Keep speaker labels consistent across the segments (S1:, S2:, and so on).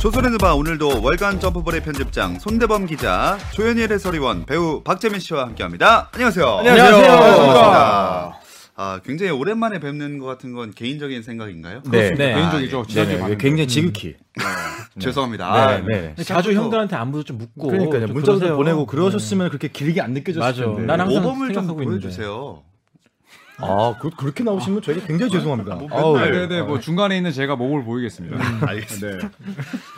S1: 조선의 음악 오늘도 월간 점프볼의 편집장 손대범 기자 조현일 해설위원 배우 박재민 씨와 함께합니다. 안녕하세요.
S2: 안녕하세요.
S1: 반갑습니다. 아, 굉장히 오랜만에 뵙는 것 같은 건 개인적인 생각인가요?
S2: 네, 네.
S3: 개인적이죠.
S2: 네,
S3: 지난주에
S2: 네.
S3: 봤는데.
S2: 굉장히 지극히.
S1: 죄송합니다.
S2: 네, 네.
S3: 자주
S2: 자주
S3: 형들한테 안부도 좀 묻고
S2: 그러니까요. 네.
S3: 좀
S2: 문자도
S3: 그러세요.
S2: 보내고 그러셨으면 그렇게 길게 안 느껴졌을
S3: 맞아.
S2: 텐데.
S3: 난 항상
S1: 모범을 좀
S3: 생각하고 있는데.
S1: 보여주세요.
S2: 아, 그, 그렇게 나오시면 저희가 굉장히 죄송합니다.
S1: 뭐
S2: 아우,
S1: 맨날
S3: 네, 네, 뭐 중간에 있는 제가 목을 보이겠습니다.
S1: 알겠습니다.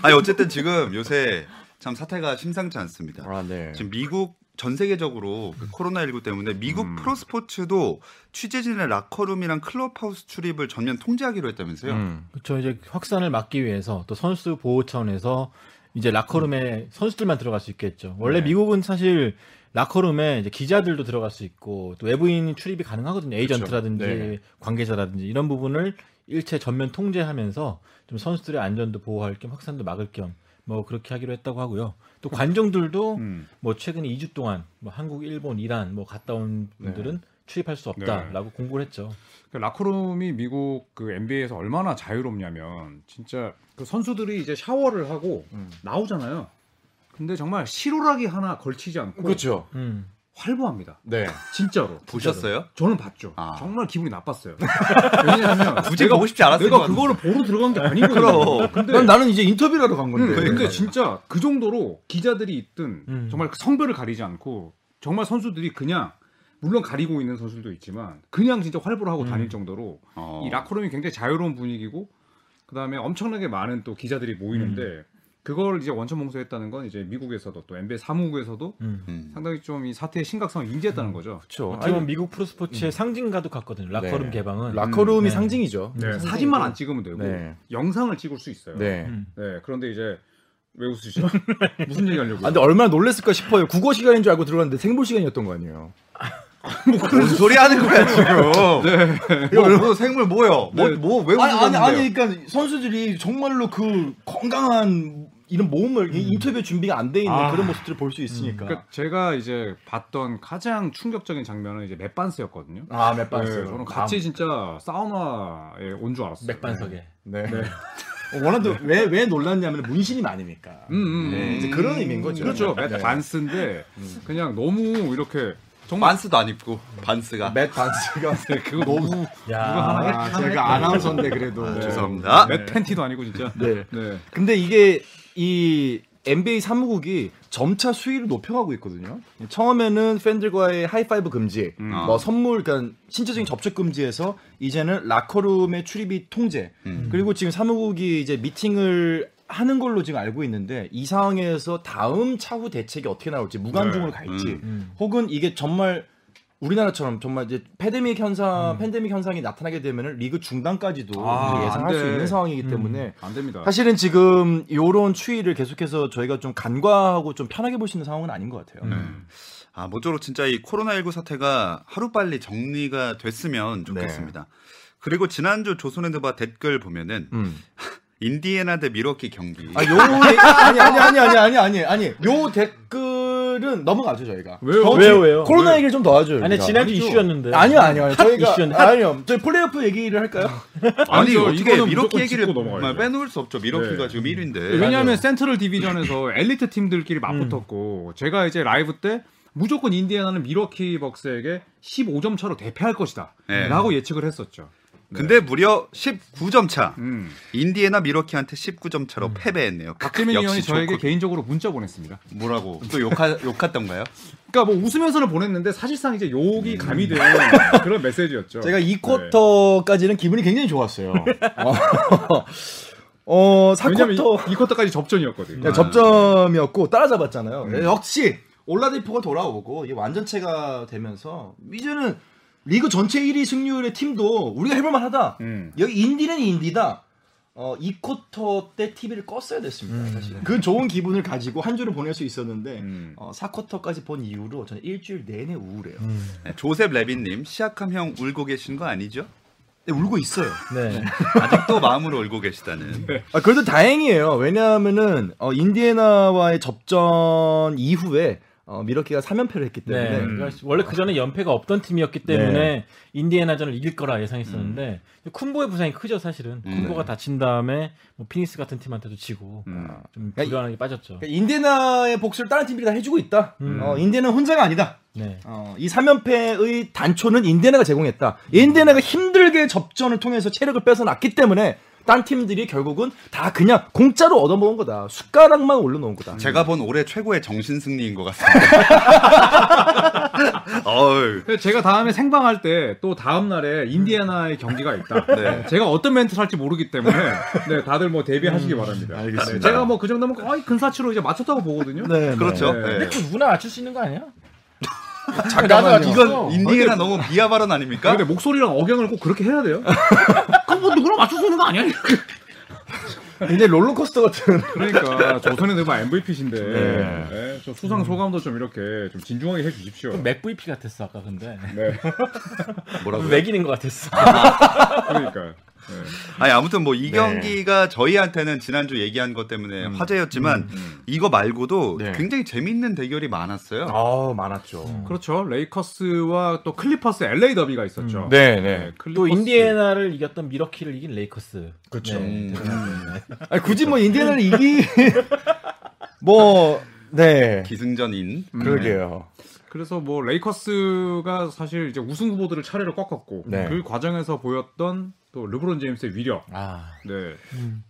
S1: 아니 어쨌든 지금 요새 참 사태가 심상치 않습니다.
S3: 아, 네.
S1: 지금 미국 전 세계적으로 그 코로나19 때문에 미국 프로 스포츠도 취재진의 라커룸이랑 클럽하우스 출입을 전면 통제하기로 했다면서요?
S3: 그렇죠. 이제 확산을 막기 위해서 또 선수 보호 차원에서 이제 라커룸에 선수들만 들어갈 수 있겠죠. 원래 미국은 사실 라커룸에 이제 기자들도 들어갈 수 있고 또 외부인 출입이 가능하거든요. 에이전트라든지
S2: 네.
S3: 관계자라든지 이런 부분을 일체 전면 통제하면서 좀 선수들의 안전도 보호할 겸 확산도 막을 겸 뭐 그렇게 하기로 했다고 하고요. 또 관중들도
S1: 음.
S3: 뭐 최근 2주 동안 뭐 한국, 일본, 이란 뭐 갔다 온 분들은 출입할 수 없다라고 공고를 했죠.
S4: 그 라커룸이 미국 그 NBA에서 얼마나 자유롭냐면 진짜 그 선수들이 이제 샤워를 하고 나오잖아요. 근데 정말 실오라기 하나 걸치지 않고
S2: 그렇죠.
S3: 음.
S4: 활보합니다.
S2: 네.
S4: 진짜로.
S1: 보셨어요?
S4: 저는 봤죠.
S1: 아.
S4: 정말 기분이 나빴어요. 왜냐하면
S1: 굳이
S4: 내가,
S1: 보고 싶지 않았을 것
S4: 내가
S1: 같은데.
S4: 그거를 보러 들어간 게 아니거든요.
S1: 그럼. 그러니까.
S4: 근데
S2: 난 나는 이제 인터뷰를 하러 간 건데.
S4: 음, 근데 진짜 그 정도로 기자들이 있든
S3: 음.
S4: 정말 그 성별을 가리지 않고 정말 선수들이 그냥 물론 가리고 있는 선수들도 있지만 그냥 진짜 활보를 하고 다닐 정도로
S1: 음. 어.
S4: 이 라커룸이 굉장히 자유로운 분위기고 그다음에 엄청나게 많은 또 기자들이 모이는데
S1: 음.
S4: 그걸 이제 원천 봉쇄했다는 건 이제 미국에서도 또 NBA 사무국에서도
S3: 음.
S1: 음.
S4: 상당히 좀 이 사태의 심각성을 인지했다는 거죠.
S2: 그렇죠.
S3: 어떻게 보면 미국 프로 스포츠의 상징과도 같거든요. 라커룸
S2: 음. 네.
S3: 개방은.
S2: 라커룸이
S3: 음, 네.
S2: 상징이죠.
S4: 네, 사진만 안 찍으면 되고
S2: 네.
S4: 영상을 찍을 수 있어요.
S2: 네.
S3: 음.
S4: 네, 그런데 이제 왜 웃으시죠? 무슨 얘기하려고?
S2: 아, 근데 얼마나 놀랬을까 싶어요. 국어 시간인 줄 알고 들어갔는데 생볼 시간이었던 거 아니에요.
S1: 뭔 소리 하는 거야 지금? 뭐, 뭐 생물 뭐요?
S4: 네.
S1: 뭐뭐왜 웃는 건데요?
S2: 그러니까 선수들이 정말로 그 건강한 이런 몸을 인터뷰 준비가 안 돼 있는
S4: 음. 아.
S2: 모습들을 볼 수 있으니까.
S4: 그러니까 제가 이제 봤던 가장 충격적인 장면은 이제 맥반스였거든요.
S2: 아, 몇
S4: 네,
S2: 봤어요.
S4: 저는 같이 진짜 사우나에 온 줄 알았어요.
S3: 맥반석에.
S2: 네. 워낙도 왜왜 놀랐냐면 문신이 많으니까.
S4: 음, 음,
S2: 네,
S4: 음.
S2: 이제 그런 의미인 거죠.
S4: 그렇죠.
S2: 네. 음.
S4: 맥반스인데 그냥 너무 이렇게 정말
S1: 반스도 안 입고 반스가
S2: 맷 반스가
S4: 그거 너무
S3: 야.
S4: 누가 하나 했-
S2: 아, 제가 아나운서인데 그래도.
S1: 아,
S2: 네.
S1: 죄송합니다.
S4: 맷 팬티도 아니고 진짜.
S2: 네.
S4: 네.
S2: 근데 이게 이 NBA 사무국이 점차 수위를 높여가고 있거든요. 처음에는 팬들과의 하이파이브 금지,
S4: 음.
S2: 뭐 선물, 그러니까 신체적인 접촉 금지에서 이제는 라커룸의 출입이 통제.
S1: 음.
S2: 그리고 지금 사무국이 이제 미팅을 하는 걸로 지금 알고 있는데 이 상황에서 다음 차후 대책이 어떻게 나올지 무관중으로
S4: 네.
S2: 갈지,
S3: 음.
S2: 혹은 이게 정말 우리나라처럼 정말 이제 패데믹 현상, 팬데믹 현상이 나타나게 되면 리그 중단까지도
S4: 음. 아,
S2: 이제 예상할
S4: 안
S2: 수
S4: 돼. 음.
S2: 있는 상황이기 때문에
S4: 안 됩니다.
S2: 사실은 지금 요런 추이를 계속해서 저희가 좀 간과하고 좀 편하게 볼 수 있는 상황은 아닌 것 같아요.
S3: 음.
S1: 아, 모쪼록 진짜 이 코로나19 사태가 하루빨리
S4: 네.
S1: 정리가 됐으면 좋겠습니다. 그리고 지난주 조선핸드바 댓글 보면은
S2: 음.
S1: 인디애나 대 밀워키 경기.
S2: 아, 요 얘기- 아니 아니 아니 아니 아니 아니 아니 요 댓글은 넘어가죠 저희가.
S4: 왜요?
S2: 더
S3: 왜요,
S2: 지-
S3: 왜요?
S2: 코로나 얘기를 좀 더 하죠.
S3: 아니
S2: 여기가.
S3: 지난주 이슈였는데.
S2: 음. 아니요 아니요 아니요.
S3: 핫
S2: 저희가
S3: 이슈였는데. 핫
S2: 아니요 저희 플레이오프 얘기를 할까요?
S1: 아니
S4: 아니죠.
S1: 어떻게
S4: 이거는
S1: 미러키
S4: 무조건
S1: 얘기를
S4: 짚고 넘어가야죠.
S2: 아,
S1: 정말 빼놓을 수 없죠.
S4: 네.
S1: 미러키가 지금 1위인데.
S4: 왜냐하면 센트럴 디비전에서 엘리트 팀들끼리 맞붙었고
S1: 음.
S4: 제가 이제 라이브 때 무조건 인디애나는 미러키 벅스에게 15점 차로 대패할 것이다
S1: 네.
S4: 라고 예측을 했었죠.
S1: 근데 무려 19점 차.
S4: 음.
S1: 인디애나 미러키한테 19점 차로 패배했네요.
S4: 박재민
S1: 역시
S4: 위원이 저에게
S1: 좋군.
S4: 개인적으로 문자 보냈습니다.
S1: 뭐라고 또 욕하 욕했던가요?
S4: 그러니까 뭐 웃으면서는 보냈는데 사실상 이제
S1: 음.
S4: 욕이 가미된 그런 메시지였죠.
S2: 제가 이
S4: 네.
S2: 쿼터까지는 기분이 굉장히 좋았어요. 어, 어, 4쿼터
S4: 왜냐면 이, 이 쿼터까지 접전이었거든요.
S2: 네,
S3: 아.
S2: 접점이었고
S3: 음.
S2: 따라잡았잖아요. 네, 역시 올라디포가 돌아오고 이게 완전체가 되면서 이제는 리그 전체 1위 승률의 팀도 우리가 해볼만하다.
S4: 음.
S2: 여기 인디는 인디다.
S5: 어, 2쿼터 때 TV를 껐어야 됐습니다.
S3: 음.
S5: 사실 그 좋은 기분을 가지고 한 주를 보낼 수 있었는데
S1: 음.
S5: 어, 4쿼터까지 본 이후로 저는 일주일 내내 우울해요.
S3: 음.
S1: 네, 조셉 레빈님 시약함 형 울고 계신 거 아니죠?
S5: 근데 울고 있어요.
S3: 네.
S1: 아직도 마음으로 울고 계시다는.
S2: 아, 그래도 다행이에요. 왜냐하면은 어, 인디애나와의 접전 이후에 어, 미러키가 3연패를 했기 때문에
S3: 네.
S1: 음.
S3: 그러니까 원래 그 전에 연패가 없던 팀이었기
S2: 네.
S3: 때문에 인디애나전을 이길 거라 예상했었는데
S2: 음.
S3: 쿤보의 부상이 크죠 사실은.
S1: 음.
S2: 네.
S3: 쿤보가 다친 다음에 뭐 피닉스 같은 팀한테도 지고
S1: 음.
S3: 좀 불안하게 빠졌죠.
S2: 그러니까 인디애나의 복수를 다른 팀들이 다 해주고 있다.
S1: 음.
S2: 어, 인디애나는 혼자가 아니다.
S3: 네.
S2: 어, 이 3연패의 단초는 인디애나가 제공했다. 인디애나가 힘들게 접전을 통해서 체력을 뺏어놨기 때문에 딴 팀들이 결국은 다 그냥 공짜로 얻어먹은 거다. 숟가락만 올려놓은 거다.
S1: 제가 본 올해 최고의 정신 승리인 것 같습니다. 어우.
S4: 그래서 제가 다음에 생방할 때 또 다음 날에 인디애나의 경기가 있다.
S1: 네.
S4: 제가 어떤 멘트 할지 모르기 때문에 네, 다들 뭐
S2: 음,
S4: 대비하시기 바랍니다.
S1: 알겠습니다.
S4: 네, 제가 뭐 그 정도면 거의 근사치로 이제 맞췄다고 보거든요.
S2: 네,
S1: 그렇죠.
S4: 네.
S1: 네.
S3: 근데 그 누구나 맞출 수 있는 거 아니야?
S2: 뭐
S1: 잠깐만
S3: 어.
S1: 이건 인디애나 너무 비하 발언
S4: 아,
S2: 그러니까?
S1: 아닙니까?
S4: 근데 목소리랑 억양을 꼭 그렇게 해야 돼요? 그거 뭐 누구나 맞출 수 있는 거 아니야?
S2: 굉장히 롤러코스터 같은. 네.
S4: 그러니까 조선의 누바 MVP신데 네, 좀 수상 소감도 좀 이렇게 좀 진중하게 해주십시오.
S3: 맥 VP 같았어 아까 근데
S4: 네,
S1: 뭐라고요?
S3: 맥이는 것 같았어.
S2: 음.
S4: 그러니까. 네.
S1: 아니 아무튼 뭐 이 경기가 저희한테는 지난주 얘기한 것 때문에 화제였지만 이거 말고도
S6: 네.
S1: 굉장히 재밌는 대결이 많았어요.
S2: 아, 많았죠.
S4: 그렇죠. 레이커스와 또 클리퍼스 LA 더비가
S2: 음.
S4: 있었죠.
S6: 네,
S4: 네, 클리퍼스.
S3: 또 인디애나를 이겼던 미러키를 이긴 레이커스. 그렇죠.
S1: 음.
S2: 아니, 굳이 뭐 인디애나를 이기 뭐 네.
S1: 기승전인.
S2: 그러게요.
S1: 네.
S4: 그래서 뭐 레이커스가 사실 이제 우승 후보들을 차례로 꺾었고
S2: 네.
S4: 그 과정에서 보였던 또 르브론 제임스의 위력.
S3: 아.
S4: 네.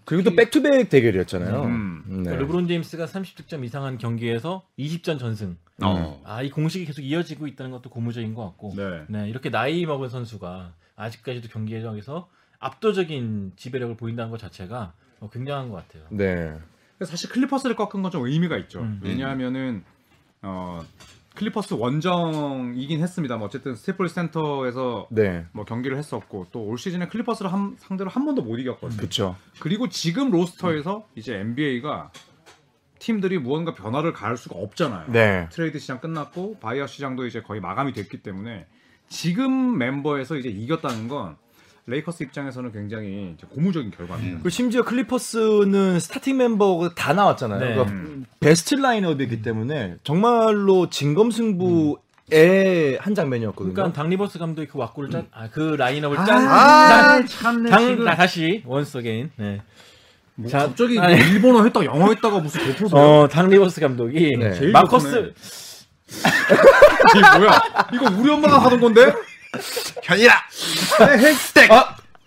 S2: 그리고 또 백투백 대결이었잖아요.
S4: 음.
S2: 네.
S3: 그러니까 르브론 제임스가 30득점 이상한 경기에서 20전 전승.
S1: 어.
S3: 아, 이 공식이 계속 이어지고 있다는 것도 고무적인 것 같고. 네.
S4: 네.
S3: 이렇게 나이 먹은 선수가 아직까지도 경기에서 압도적인 지배력을 보인다는 것 자체가 어, 굉장한 것 같아요.
S2: 네.
S4: 근데 사실 클리퍼스를 꺾은 건 좀 의미가 있죠.
S3: 음.
S4: 왜냐하면은 어 클리퍼스 원정이긴 했습니다. 만 어쨌든 스테플 센터에서
S2: 네.
S4: 뭐 경기를 했었고 또 올 시즌에 클리퍼스를 한- 상대로 한 번도 못 이겼거든요.
S2: 그렇죠.
S4: 그리고 지금 로스터에서 이제 NBA가 팀들이 무언가 변화를 가할 수가 없잖아요.
S2: 네.
S4: 트레이드 시장 끝났고 바이어 시장도 이제 거의 마감이 됐기 때문에 지금 멤버에서 이제 이겼다는 건 레이커스 입장에서는 굉장히 이제 고무적인 결과입니다.
S2: 그리고 심지어 클리퍼스는 스타팅 멤버가 다 나왔잖아요.
S3: 네.
S2: 그러니까 베스트 라인업이기 때문에 정말로 진검승부의 한 장면이었거든요.
S3: 그러니까 당 리버스 감독이 그 왁구를 짠, 아, 그 라인업을 짠.
S4: 아, 참네
S3: 당,
S4: 지금
S3: 나 다시 원스 어게인. 네.
S4: 뭐
S3: 자,
S4: 갑자기 뭐
S3: 아니.
S4: 일본어 했다 영어 했다가 무슨 대포소야?
S3: 어, 당 리버스 감독이
S2: 네.
S4: 제일 좋구네.
S3: 마커스
S4: 이게 뭐야? 이거 우리 엄마가 하던 건데?
S1: 현이라. 스택.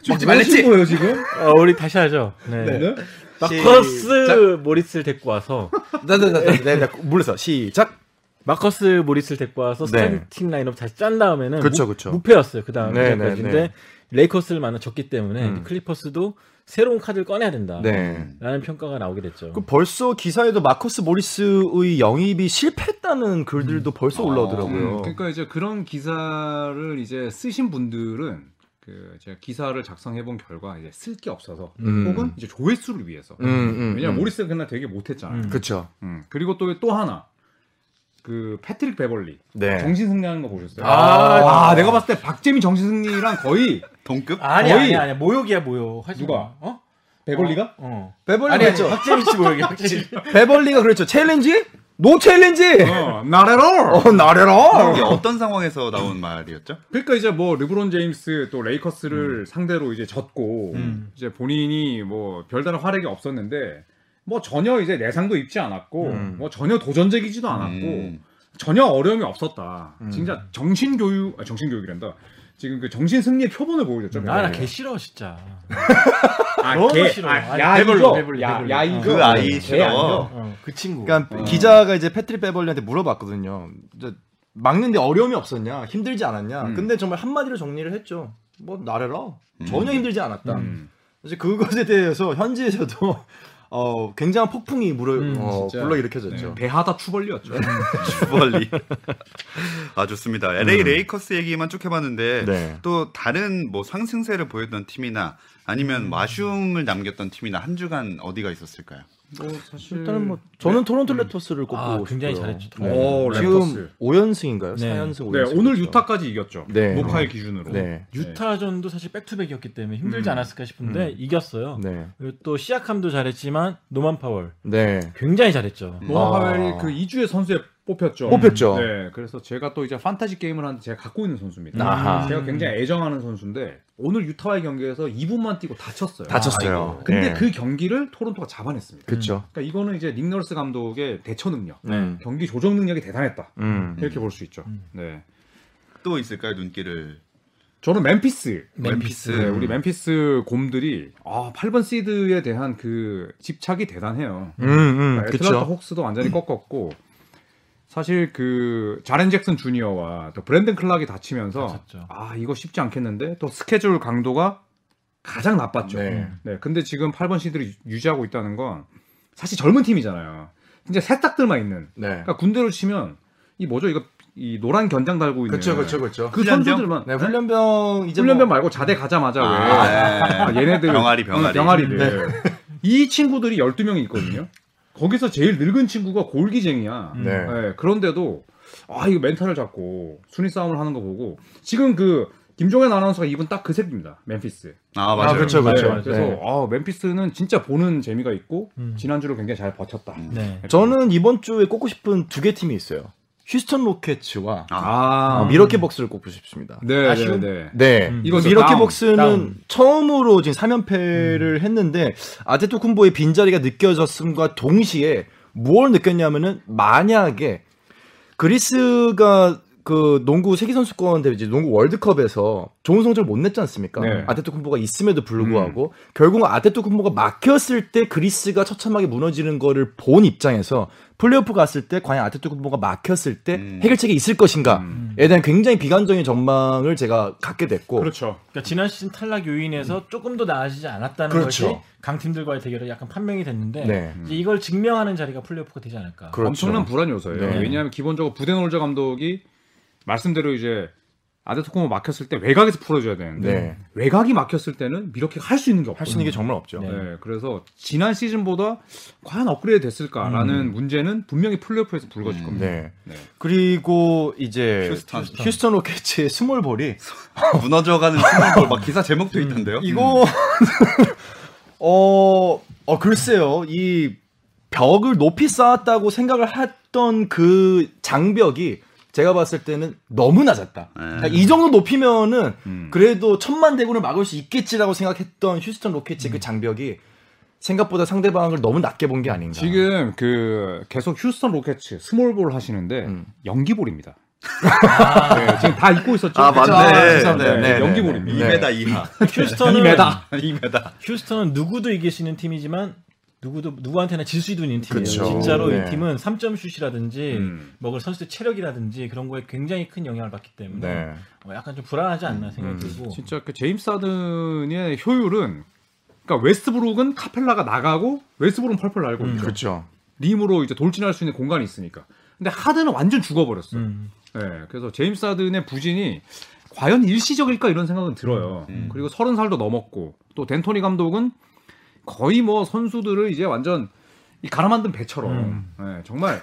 S1: 먹지
S4: 지
S1: 말랬지.
S4: 뭐예요 지금?
S3: 어, 우리 다시 하죠. 네.
S4: 네?
S3: 마커스 모리스를 데리고 와서 네,
S2: 나나나나 몰라서 시작.
S3: 마커스 모리스를 데리고 와서 스타팅
S2: 네.
S3: 팀 라인업 다시 짠 다음에는
S2: 그쵸,
S3: 무-
S2: 그쵸.
S3: 무패였어요. 그 다음에
S2: 네, 네,
S3: 근데
S2: 네.
S3: 레이커스를 만나 졌기 때문에
S2: 음.
S3: 클리퍼스도 새로운 카드를 꺼내야 된다.
S2: 네.
S3: 라는 평가가 나오게 됐죠.
S2: 그 벌써 기사에도 마커스 모리스의 영입이 실패했다는 글들도 벌써 올라오더라고요.
S4: 음, 그러니까 이제 그런 기사를 이제 쓰신 분들은 그 제가 기사를 작성해 본 결과 이제 쓸 게 없어서
S2: 음.
S4: 혹은 이제 조회수를 위해서
S2: 음, 음,
S4: 왜냐 면
S2: 음.
S4: 모리스가 그날 되게 못했잖아요.
S3: 음.
S2: 그렇죠.
S4: 음, 그리고 또 또 하나 그 패트릭 베벌리
S2: 네.
S4: 정신 승리하는 거 보셨어요?
S3: 아,
S4: 아, 내가 봤을 때 박재민 정신 승리랑 거의
S3: 어.
S1: 동급.
S3: 아니
S4: 거의-
S3: 아니 아니 모욕이야 모욕. 하지
S4: 누가?
S3: 마. 어?
S4: 베벌리가
S3: 어.
S2: 베벌리
S3: 아니
S2: 그랬죠.
S3: 아니 박재민 씨 모욕이 확실히.
S2: 베벌리가 그랬죠. 챌린지? 노 챌린지.
S4: 어, 나레로.
S2: 어 나래라.
S4: 음.
S1: 이게 어떤 상황에서 나온 말이었죠?
S4: 그러니까 이제 뭐 르브론 제임스 또 레이커스를 상대로 이제 졌고
S3: 음.
S4: 이제 본인이 뭐 별다른 활약이 없었는데 뭐 전혀 이제 내상도 입지 않았고
S2: 음.
S4: 뭐 전혀 도전적이지도 않았고
S1: 음.
S4: 전혀 어려움이 없었다.
S3: 음.
S4: 진짜 정신 교육 아 정신 교육이란다. 지금 그 정신 승리의 표본을 보여줬죠.
S3: 아나 개 싫어 진짜.
S4: 아,
S3: 너무
S4: 개,
S3: 싫어요.
S4: 아,
S3: 아니,
S4: 야,
S3: 배불러,
S4: 이거.
S3: 배불러,
S4: 야,
S3: 배불러.
S4: 야, 이거.
S1: 그 아이
S4: 개
S1: 싫어.
S4: 아니죠?
S3: 어, 그 친구.
S2: 그러니까 기자가 이제 패트릭 베벌리한테 물어봤거든요. 이제 막는데 어려움이 없었냐? 힘들지 않았냐?
S4: 음.
S2: 근데 정말 한마디로 정리를 했죠. 뭐 나래라. 전혀 힘들지 않았다.
S4: 음.
S2: 이제 그것에 대해서 현지에서도 어, 굉장한 폭풍이 물을
S3: 음,
S2: 어,
S4: 진짜.
S2: 불러일으켜졌죠.
S4: 배하다 추벌렸죠.
S1: 주벌리. 아 좋습니다. LA
S4: 음.
S1: 레이커스 얘기만 쭉 해봤는데
S2: 네.
S1: 또 다른 뭐 상승세를 보였던 팀이나
S4: 음.
S1: 아니면 마shum을 남겼던 팀이나 한 주간 어디가 있었을까요?
S4: 뭐 사실
S2: 일단은 뭐 저는 토론토 레터스를 꼽고
S3: 아, 굉장히
S2: 싶고요.
S3: 잘했죠.
S4: 오,
S3: 네.
S4: 랩터스.
S2: 지금 5연승인가요?
S3: 네.
S2: 4연승 5연승.
S4: 어, 네, 오늘 유타까지 이겼죠.
S2: 네.
S4: 녹화일 기준으로.
S2: 네.
S3: 유타전도 사실 백투백이었기 때문에 힘들지
S4: 음.
S3: 않았을까 싶은데 이겼어요.
S2: 네.
S3: 그리고 또 시아캄도 잘했지만 노만 파월
S2: 네.
S3: 굉장히 잘했죠.
S1: 음.
S4: 노아
S2: 아.
S4: 하웰이 그 2주의 선수에 뽑혔죠.
S2: 뽑혔죠.
S4: 네, 그래서 제가 또 이제 판타지 게임을 하는데 제가 갖고 있는 선수입니다. 음.
S2: 아하.
S4: 제가 굉장히 애정하는 선수인데 오늘 유타와의 경기에서 2분만 뛰고 다쳤어요.
S2: 다쳤어요.
S4: 근데
S2: 네.
S4: 그 경기를 토론토가 잡아냈습니다.
S2: 그렇죠.
S4: 그러니까 이거는 이제 닉 널스 감독의 대처 능력,
S2: 네.
S4: 경기 조정 능력이 대단했다.
S2: 음.
S4: 이렇게 볼 수 있죠.
S3: 음.
S4: 네.
S1: 또 있을까요 눈길을?
S4: 저는 멤피스.
S1: 멤피스.
S4: 네, 우리 멤피스 곰들이 아, 8번 시드에 대한 그 집착이 대단해요. 네,
S2: 음, 음.
S4: 애틀란타
S2: 그렇죠.
S4: 혹스도 완전히 꺾었고 사실 그 자렌 잭슨 주니어와 또 브랜든 클락이 다치면서
S3: 다쳤죠.
S4: 아 이거 쉽지 않겠는데 또 스케줄 강도가 가장 나빴죠.
S2: 네.
S4: 네, 근데 지금 8번 시드를 유- 유지하고 있다는 건 사실 젊은 팀이잖아요. 진짜 세탁들만 있는.
S2: 네.
S4: 그러니까 군대로 치면 이 뭐죠? 이거 이 노란 견장 달고 있는
S2: 그렇죠. 그렇죠. 그렇죠.
S4: 그
S1: 훈련병?
S4: 선수들만
S2: 네, 훈련병 이제
S4: 훈련병
S2: 뭐-
S4: 말고 자대 가자마자 왜
S1: 아,
S4: 아, 얘네들
S1: 병아리, 병아리.
S4: 들
S2: 네.
S4: 이 친구들이 12명이 있거든요. 거기서 제일 늙은 친구가 골기쟁이야.
S3: 음.
S2: 네.
S4: 예, 그런데도 아, 이거 멘탈을 잡고 순위 싸움을 하는 거 보고 지금 그 김종현 아나운서가 입은 딱 그 색입니다. 멤피스.
S1: 아 맞아요.
S2: 그렇죠.
S4: 예, 그래서
S2: 네.
S4: 아, 멤피스는 진짜 보는 재미가 있고
S3: 음.
S4: 지난주를 굉장히 잘 버텼다.
S2: 음.
S3: 네.
S2: 저는 이번 주에 꼽고 싶은 두 개 팀이 있어요. 휴스턴 로켓츠와
S4: 아,
S2: 어, 미러키 벅스를 꼽고 싶습니다.
S4: 네,
S3: 아쉬움?
S4: 네, 네.
S2: 네.
S3: 음.
S4: 이거죠,
S2: 미러키
S4: 다운, 음.
S2: 복스는
S3: 다운.
S2: 처음으로 지금 3연패를 했는데 아테토쿤보의 빈자리가 느껴졌음과 동시에 뭘 느꼈냐면은 만약에 그리스가 그 농구 세계 선수권 대회 이제 농구 월드컵에서 좋은 성적을 못 냈지 않습니까?
S4: 네.
S2: 아테토쿤보가 있음에도 불구하고 결국 아테토쿤보가 막혔을 때 그리스가 처참하게 무너지는 거를 본 입장에서 플레이오프 갔을 때 과연 아테토쿤보가 막혔을 때
S1: 음.
S2: 해결책이 있을 것인가에 대한 굉장히 비관적인 전망을 제가 갖게 됐고
S4: 음. 그렇죠.
S3: 그러니까 지난 시즌 탈락 요인에서 조금 더 나아지지 않았다는
S2: 음. 그렇죠.
S3: 것이 강팀들과의 대결에 약간 판명이 됐는데
S2: 네.
S3: 이제 이걸 증명하는 자리가 플레이오프가 되지 않을까.
S2: 그렇죠.
S4: 엄청난 불안 요소예요.
S2: 네.
S4: 왜냐하면 기본적으로 부데놀자 감독이 말씀대로 이제 아데토코모 막혔을 때 외곽에서 풀어줘야 되는데
S2: 네.
S4: 외곽이 막혔을 때는 미러키가 할 수 있는 게
S2: 할
S4: 없어요.
S2: 수 있는 게 정말 없죠.
S3: 네.
S4: 네, 그래서 지난 시즌보다 과연 업그레이드 됐을까라는 문제는 분명히 플레이오프에서 불거질
S1: 음.
S4: 겁니다.
S2: 음. 네.
S4: 네.
S2: 그리고 이제
S1: 휴스턴.
S2: 휴스턴 로켓츠의 스몰볼이
S1: 무너져가는 팀들 막 기사 제목도 있던데요. 음.
S2: 이거 어, 어 글쎄요 이 벽을 높이 쌓았다고 생각을 했던 그 장벽이 제가 봤을 때는 너무 낮았다. 그러니까 이 정도 높이면은
S4: 음.
S2: 그래도 천만 대군을 막을 수 있겠지라고 생각했던 휴스턴 로켓츠의 그 장벽이 생각보다 상대방을 너무 낮게 본 게 아닌가.
S4: 지금 그 계속 휴스턴 로켓츠 스몰볼 하시는데
S2: 음. 아.
S4: 연기볼입니다. 네, 지금 다 잊고 있었죠.
S1: 아, 맞네.
S4: 아, 죄송합니다.
S1: 네,
S2: 네, 네.
S4: 연기볼입니다.
S1: 2m 이하.
S3: 휴스턴은
S1: 2m.
S3: 휴스턴은 누구도 이길 수 있는 팀이지만 누구도 누구한테나 질 수 있는 팀이에요.
S2: 그쵸.
S3: 진짜로
S2: 네.
S3: 이 팀은 3점 슛이라든지
S4: 음.
S3: 먹을 선수들 체력이라든지 그런 거에 굉장히 큰 영향을 받기 때문에
S2: 네.
S3: 어, 약간 좀 불안하지 않나 생각이 들고
S4: 진짜 그 제임스 하든의 효율은 그러니까 웨스트브룩은 카펠라가 나가고 웨스트브룩은 펄펄 날고 있죠.
S2: 그렇죠.
S4: 림으로 이제 돌진할 수 있는 공간이 있으니까. 근데 하든은 완전 죽어버렸어요.
S3: 음.
S4: 예, 그래서 제임스 하든의 부진이 과연 일시적일까 이런 생각은 들어요.
S2: 음.
S4: 그리고 서른 살도 넘었고 또 덴토니 감독은 거의 뭐 선수들을 이제 완전 이 갈아 만든 배처럼
S2: 음.
S4: 예, 정말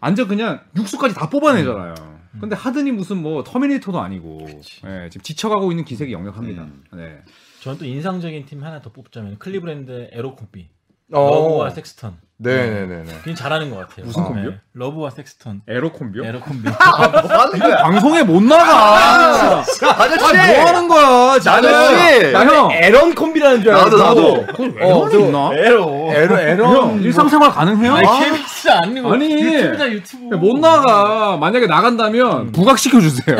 S4: 완전 그냥 육수까지 다 뽑아내잖아요.
S2: 음.
S4: 근데 하든이 무슨 뭐 터미네이터도 아니고 예, 지금 지쳐가고 있는 기색이 역력합니다.
S1: 음.
S4: 네.
S3: 저는 또 인상적인 팀 하나 더 뽑자면 클리브랜드 에로콤비
S2: 어,
S3: 러브와 섹스턴
S2: 네네네네.
S3: 그냥 잘하는 것 같아요. 어. 네.
S4: 무슨 콤비요?
S3: 러브와 섹스턴
S4: 에로 콤비요?
S3: 에로콤비
S2: 아,
S4: 방송에 못 나가.
S2: 뭐 아저씨!
S4: 뭐 하는 거야? 진짜.
S2: 아저씨!
S4: 나 형.
S2: 에런 콤비라는 줄 알았어.
S4: 나도 나도. 그걸 왜
S2: 어,
S4: 이러는
S2: 저-
S4: 나?
S3: 에로
S2: 에런,
S4: 형
S2: 에런.
S4: 일상생활 가능해요?
S3: 아니 KBS 아니고
S4: 아니. 뭐-
S3: 유튜브다 유튜브
S4: 못 나가. 만약에 나간다면 음. 부각시켜 주세요.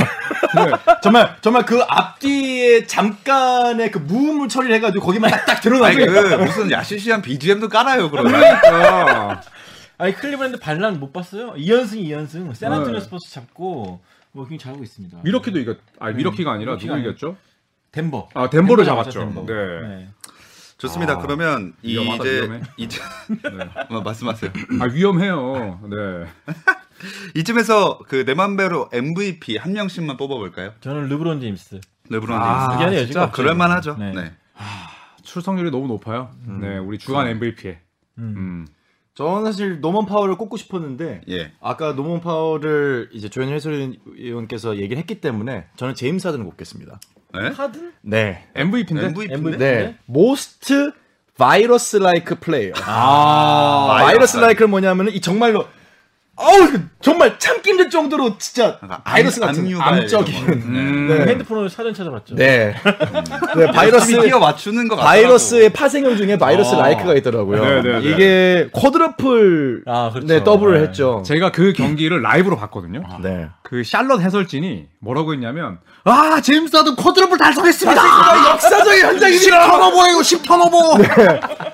S2: 정말, 정말 그 앞뒤에 잠깐의 그 무음을 처리를 해가지고 거기만 딱딱
S1: 아니
S2: 드러나게.
S1: 그 무슨 야시시한 BGM도 깔아요 그러면.
S4: 그러니까
S3: 아니 클리브랜드 반란 못 봤어요? 2연승 2연승 뭐
S4: 네.
S3: 샌안토니오 스퍼스 잡고 뭐 굉장히 잘하고 있습니다.
S4: 미러키도 이겼. 아 미러키가 아니라
S3: 미러키가
S4: 누구
S3: 아니라.
S4: 이겼죠?
S3: 덴버.
S4: 아 덴버를
S3: 덴버
S4: 잡았죠.
S3: 덴버.
S4: 네.
S3: 네.
S1: 좋습니다.
S4: 아,
S1: 그러면 이
S4: 위험하다,
S1: 이제
S4: 위험해. 네.
S1: 이제 어, 말씀하세요.
S4: 아 위험해요. 네.
S1: 이쯤에서 그 내맘대로 MVP 한 명씩만 뽑아볼까요?
S3: 저는 르브론 제임스.
S1: 르브론
S4: 아,
S1: 제임스.
S3: 이게 아니라
S4: 진짜?
S3: 여지가 없죠.
S1: 그럴만하죠.
S3: 네.
S1: 네.
S4: 출석률이 너무 높아요. 네, 우리 주간 MVP에. 음.
S2: 저는 사실 노먼 파워를 꼽고 싶었는데
S1: 예.
S2: 아까 노먼 파워를 이제 조현 해설위원께서 얘기를 했기 때문에 저는 제임스 하든을 꼽겠습니다.
S1: 네?
S3: 하든
S2: 네.
S4: MVP인데?
S1: MVP인데.
S2: 네. most virus like player.
S4: 아.
S2: 바이러스 라이크는 뭐냐면은 이 정말로 어우 정말 참기 힘들 정도로 진짜
S1: 약간 암-
S2: 바이러스 같은
S1: 암유발 이런
S2: 암적인
S1: 거. 네.
S4: 음.
S2: 네.
S3: 그 핸드폰으로 사전 찾아맞죠.
S2: 네. 네 바이러스
S1: 끼어 맞추는 거
S2: 바이러스의 파생형 중에 바이러스
S4: 아.
S2: 라이크가 있더라고요.
S4: 네, 네, 네.
S2: 이게 쿼드러플
S3: 아, 그렇죠.
S2: 네 더블을
S3: 네.
S2: 했죠.
S4: 제가 그 경기를 라이브로 봤거든요.
S2: 네.
S4: 그 샬럿 해설진이 뭐라고 했냐면 아 제임스 하든 쿼드러플
S2: 아,
S4: 달성했습니다.
S2: 그러니까 역사적인 현장입니다.
S4: 턴오버예요 10 턴오버.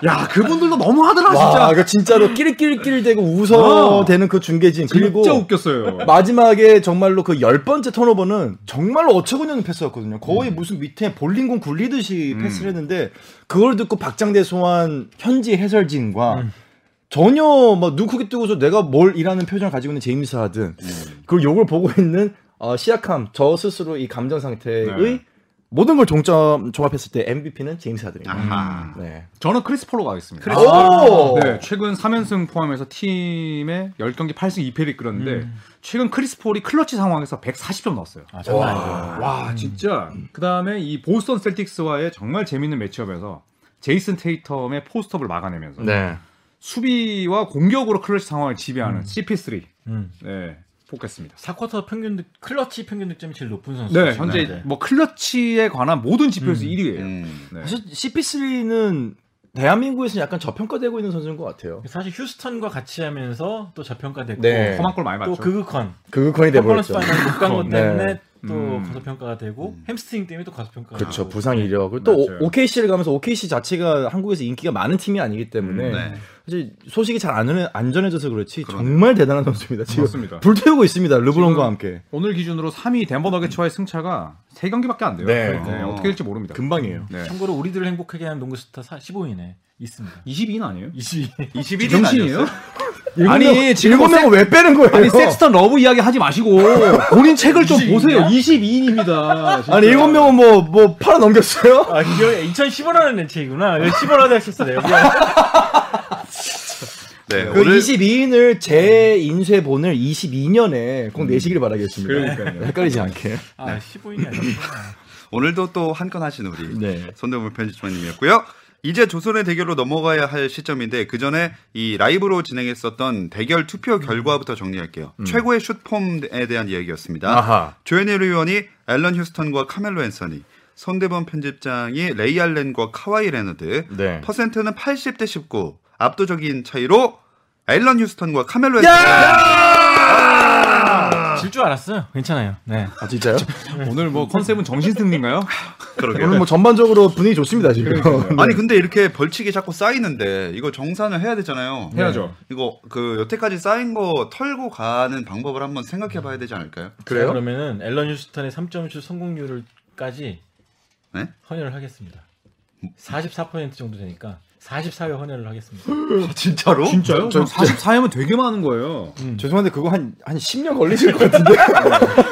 S4: 야 그분들도 너무하더라
S2: 와,
S4: 진짜.
S2: 그 진짜로 끼리끼리끼리대고 웃어대는 그 중계진 그리고
S4: 진짜 웃겼어요.
S2: 마지막에 정말로 그 열 번째 턴오버는 정말로 어처구니 없는 패스였거든요. 거의 무슨 밑에 볼링공 굴리듯이 패스를 했는데 그걸 듣고 박장대 소환 현지 해설진과 전혀 막 눈크게 뜨고서 내가 뭘 일하는 표정을 가지고 있는 제임스 하든 그리고 요걸 보고 있는 어, 시약함 저 스스로 이 감정 상태의
S4: 네.
S2: 모든 걸 종점 종합했을 때 MVP는 제임스 하든입니다.
S1: 아하.
S2: 네.
S4: 저는 크리스포로 가겠습니다.
S2: 오!
S4: 아, 네, 최근 3연승 포함해서 팀의 10경기 8승 2패를 이끌었는데 최근 크리스폴이 클러치 상황에서 140점 넣었어요.
S3: 아, 장난 아니죠.
S4: 와 진짜 그다음에 이 보스턴 셀틱스와의 정말 재밌는 매치업에서 제이슨 테이텀의 포스트업을 막아내면서
S2: 네.
S4: 수비와 공격으로 클러치 상황을 지배하는 CP3
S3: 음.
S4: 네, 뽑겠습니다.
S3: 4쿼터 평균 득, 클러치 평균 득점이 제일 높은 선수.
S4: 네, 현재 뭐 클러치에 관한 모든 지표에서 1위예요.
S1: 음.
S4: 네.
S2: 사실 CP3는 대한민국에서는 약간 저평가되고 있는 선수인 것 같아요.
S3: 사실 휴스턴과 같이 하면서 또 저평가됐고
S2: 네.
S4: 험한 골 많이
S3: 또
S4: 맞죠.
S3: 그그컨
S2: 그거의
S3: 컨퍼런스 파이널 못간 것
S4: 그건,
S3: 때문에
S2: 그렇죠. 네.
S3: 또
S4: 음.
S3: 과소평가가 되고 햄스트링 때문에 또 과소평가가
S2: 그렇죠
S3: 되고.
S2: 부상 이력을 또
S4: 아, 네. 맞아요.
S2: OKC를 가면서 OKC 자체가 한국에서 인기가 많은 팀이 아니기 때문에
S1: 음, 네.
S2: 사실 소식이 잘 안, 전해- 안 전해져서 그렇지
S1: 그러네.
S2: 정말 대단한 선수입니다 지금
S4: 맞습니다.
S2: 불태우고 있습니다
S4: 지금
S2: 르브론과 함께
S4: 오늘 기준으로 3위 덴버 너게츠와의 승차가 3경기밖에 안 돼요. 그러니까
S2: 네.
S1: 어.
S4: 어떻게 될지 모릅니다.
S2: 금방이에요
S4: 네.
S3: 참고로 우리들을 행복하게 하는 농구 스타 15인에 있습니다.
S4: 22는 아니에요?
S3: 22.
S1: 21이
S4: 정신이에요? 아니 지금
S2: 일곱 명은 왜 빼는 거예요?
S4: 아니 섹스턴 러브 이야기 하지 마시고 본인 책을 좀 보세요. 22인입니다.
S2: 아니 일곱 명은 뭐 뭐 팔아 넘겼어요?
S3: 아, 이게 2015라는 렌치이구나. 10월하다 했었어요.
S1: 네.
S2: 그
S1: 오늘
S2: 22인을 제 인쇄본을 22년에 꼭 내시길 바라겠습니다.
S4: 그러니까요.
S2: 음. 헷갈리지 않게.
S3: 아, 15인이 아니었구나.
S1: 오늘도 또 한 건 하신 우리
S2: 네.
S1: 손대문 편집장님이었고요. 이제 조선의 대결로 넘어가야 할 시점인데 그 전에 이 라이브로 진행했었던 대결 투표 결과부터 정리할게요. 최고의 슛폼에 대한 이야기였습니다.
S2: 음. 아하.
S1: 조현일 의원이 앨런 휴스턴과 카멜로 앤서니, 손대범 편집장이 레이 알렌과 카와이 레너드,
S2: 네.
S1: 퍼센트는 80대 19, 압도적인 차이로 앨런 휴스턴과 카멜로 앤서니.
S3: 질 줄 알았어요. 괜찮아요. 네.
S2: 아 진짜요?
S4: 오늘 뭐 컨셉은 정신승리인가요?
S1: 그러게.
S2: 오늘 뭐 전반적으로 분위기 좋습니다 지금. 음.
S1: 아니 근데 이렇게 벌칙이 자꾸 쌓이는데 이거 정산을 해야 되잖아요.
S4: 해야죠.
S1: 이거 그 여태까지 쌓인 거 털고 가는 방법을 한번 생각해 봐야 되지 않을까요?
S2: 그래요?
S3: 러면은 앨런 휴스턴의 3점슛 성공률까지
S1: 네?
S3: 헌혈을 하겠습니다. 44% 정도 되니까 44회 헌혈을 하겠습니다.
S1: 진짜로?
S4: 진짜요? 44회면 되게 많은 거예요.
S2: 음. 죄송한데 그거 한, 한 10년 걸리실 것 같은데.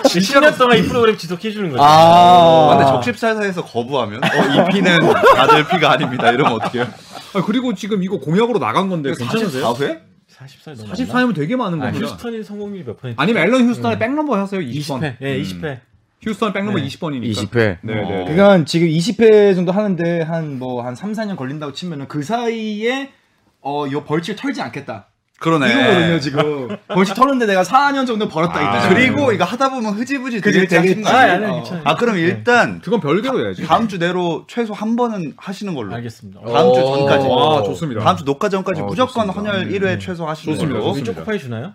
S3: 10년 동안 이 프로그램 지속해 주는 거죠.
S1: 아,
S2: 아.
S1: 근데 적십사사에서 거부하면 어, 이 피는 아들 피가 아닙니다. 이러면 어떡해요?
S4: 아, 그리고 지금 이거 공약으로 나간 건데 괜찮으세요?
S1: 44회?
S3: 44회 너무
S4: 44회면 되게 많은
S3: 아,
S4: 겁니다.
S3: 휴스턴이 성공률이 몇 퍼센트?
S4: 아니면 앨런 휴스턴의 백넘버 하세요. 20번.
S3: 20회. 예, 20회.
S1: 음.
S4: 휴스턴 백넘버
S3: 네.
S4: 20번이니까.
S2: 20회.
S4: 네,
S1: 어.
S4: 네. 네.
S2: 그러니까 지금 20회 정도 하는데 한 뭐 한 3, 4년 걸린다고 치면은 그 사이에 어, 요 벌칙을 털지 않겠다.
S1: 그러네.
S2: 이거거든요, 지금. 벌칙 털었는데 내가 4년 정도 벌었다.
S1: 아,
S2: 이거죠.
S1: 그리고 이거 하다 보면 흐지부지
S2: 그치,
S1: 되겠지 하신
S2: 되겠지.
S1: 거
S3: 아, 아니,
S1: 아니에요?
S3: 아니,
S2: 어.
S3: 괜찮아요.
S1: 아 그럼 일단
S4: 그건 별개로 해야지.
S1: 다음 주 내로 최소 한 번은 하시는 걸로.
S3: 알겠습니다.
S1: 다음 주
S2: 오.
S1: 전까지.
S4: 어. 와, 좋습니다. 아, 음.
S1: 다음 주 녹화 전까지
S2: 어,
S1: 무조건
S2: 좋습니다.
S1: 헌혈 1회 최소 하시는
S4: 좋습니다, 네.
S1: 걸로.
S3: 우리 초코파이 주나요?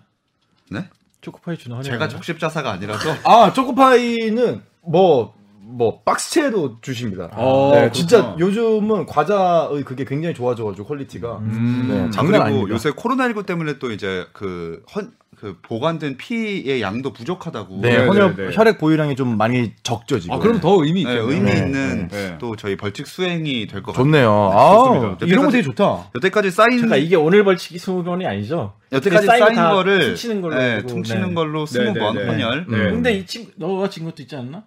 S1: 네?
S3: 초코파이 주나? 헌혈
S1: 제가
S3: 주나?
S1: 적십자사가 아니라서
S2: 아, 초코파이는 뭐, 뭐, 박스채로 주십니다.
S4: 어,
S2: 네, 진짜
S4: 그렇구나.
S2: 요즘은 과자의 그게 굉장히 좋아져가지고 퀄리티가.
S4: 음.
S2: 네,
S1: 자,
S2: 장난
S1: 그리고
S2: 아닙니다.
S1: 요새 코로나19 때문에 또 이제 그 헌 그 그 보관된 피의 양도 부족하다고
S4: 네,
S1: 네,
S2: 헌혈,
S4: 네, 네.
S2: 혈액 보유량이 좀 많이 적죠 지금.
S4: 아, 그럼 더 의미 있죠.
S1: 의미
S2: 네,
S1: 있는
S4: 네.
S1: 또 저희 벌칙 수행이 될 것 같아요.
S2: 좋네요. 아,
S4: 좋습니다.
S2: 이런 거 되게 좋다.
S1: 여태까지 쌓인
S3: 그러니까 이게 오늘 벌칙이 20번이 아니죠?
S1: 여태까지
S3: 쌓인 거
S1: 쌓인
S3: 다
S1: 거를
S3: 퉁치는 걸로
S1: 예,
S3: 해가지고,
S1: 퉁치는
S3: 네.
S1: 걸로 스무
S4: 네,
S1: 번 음.
S4: 네, 네.
S1: 헌혈.
S4: 네.
S3: 근데 이 친, 너가 진 것도 있지 않나?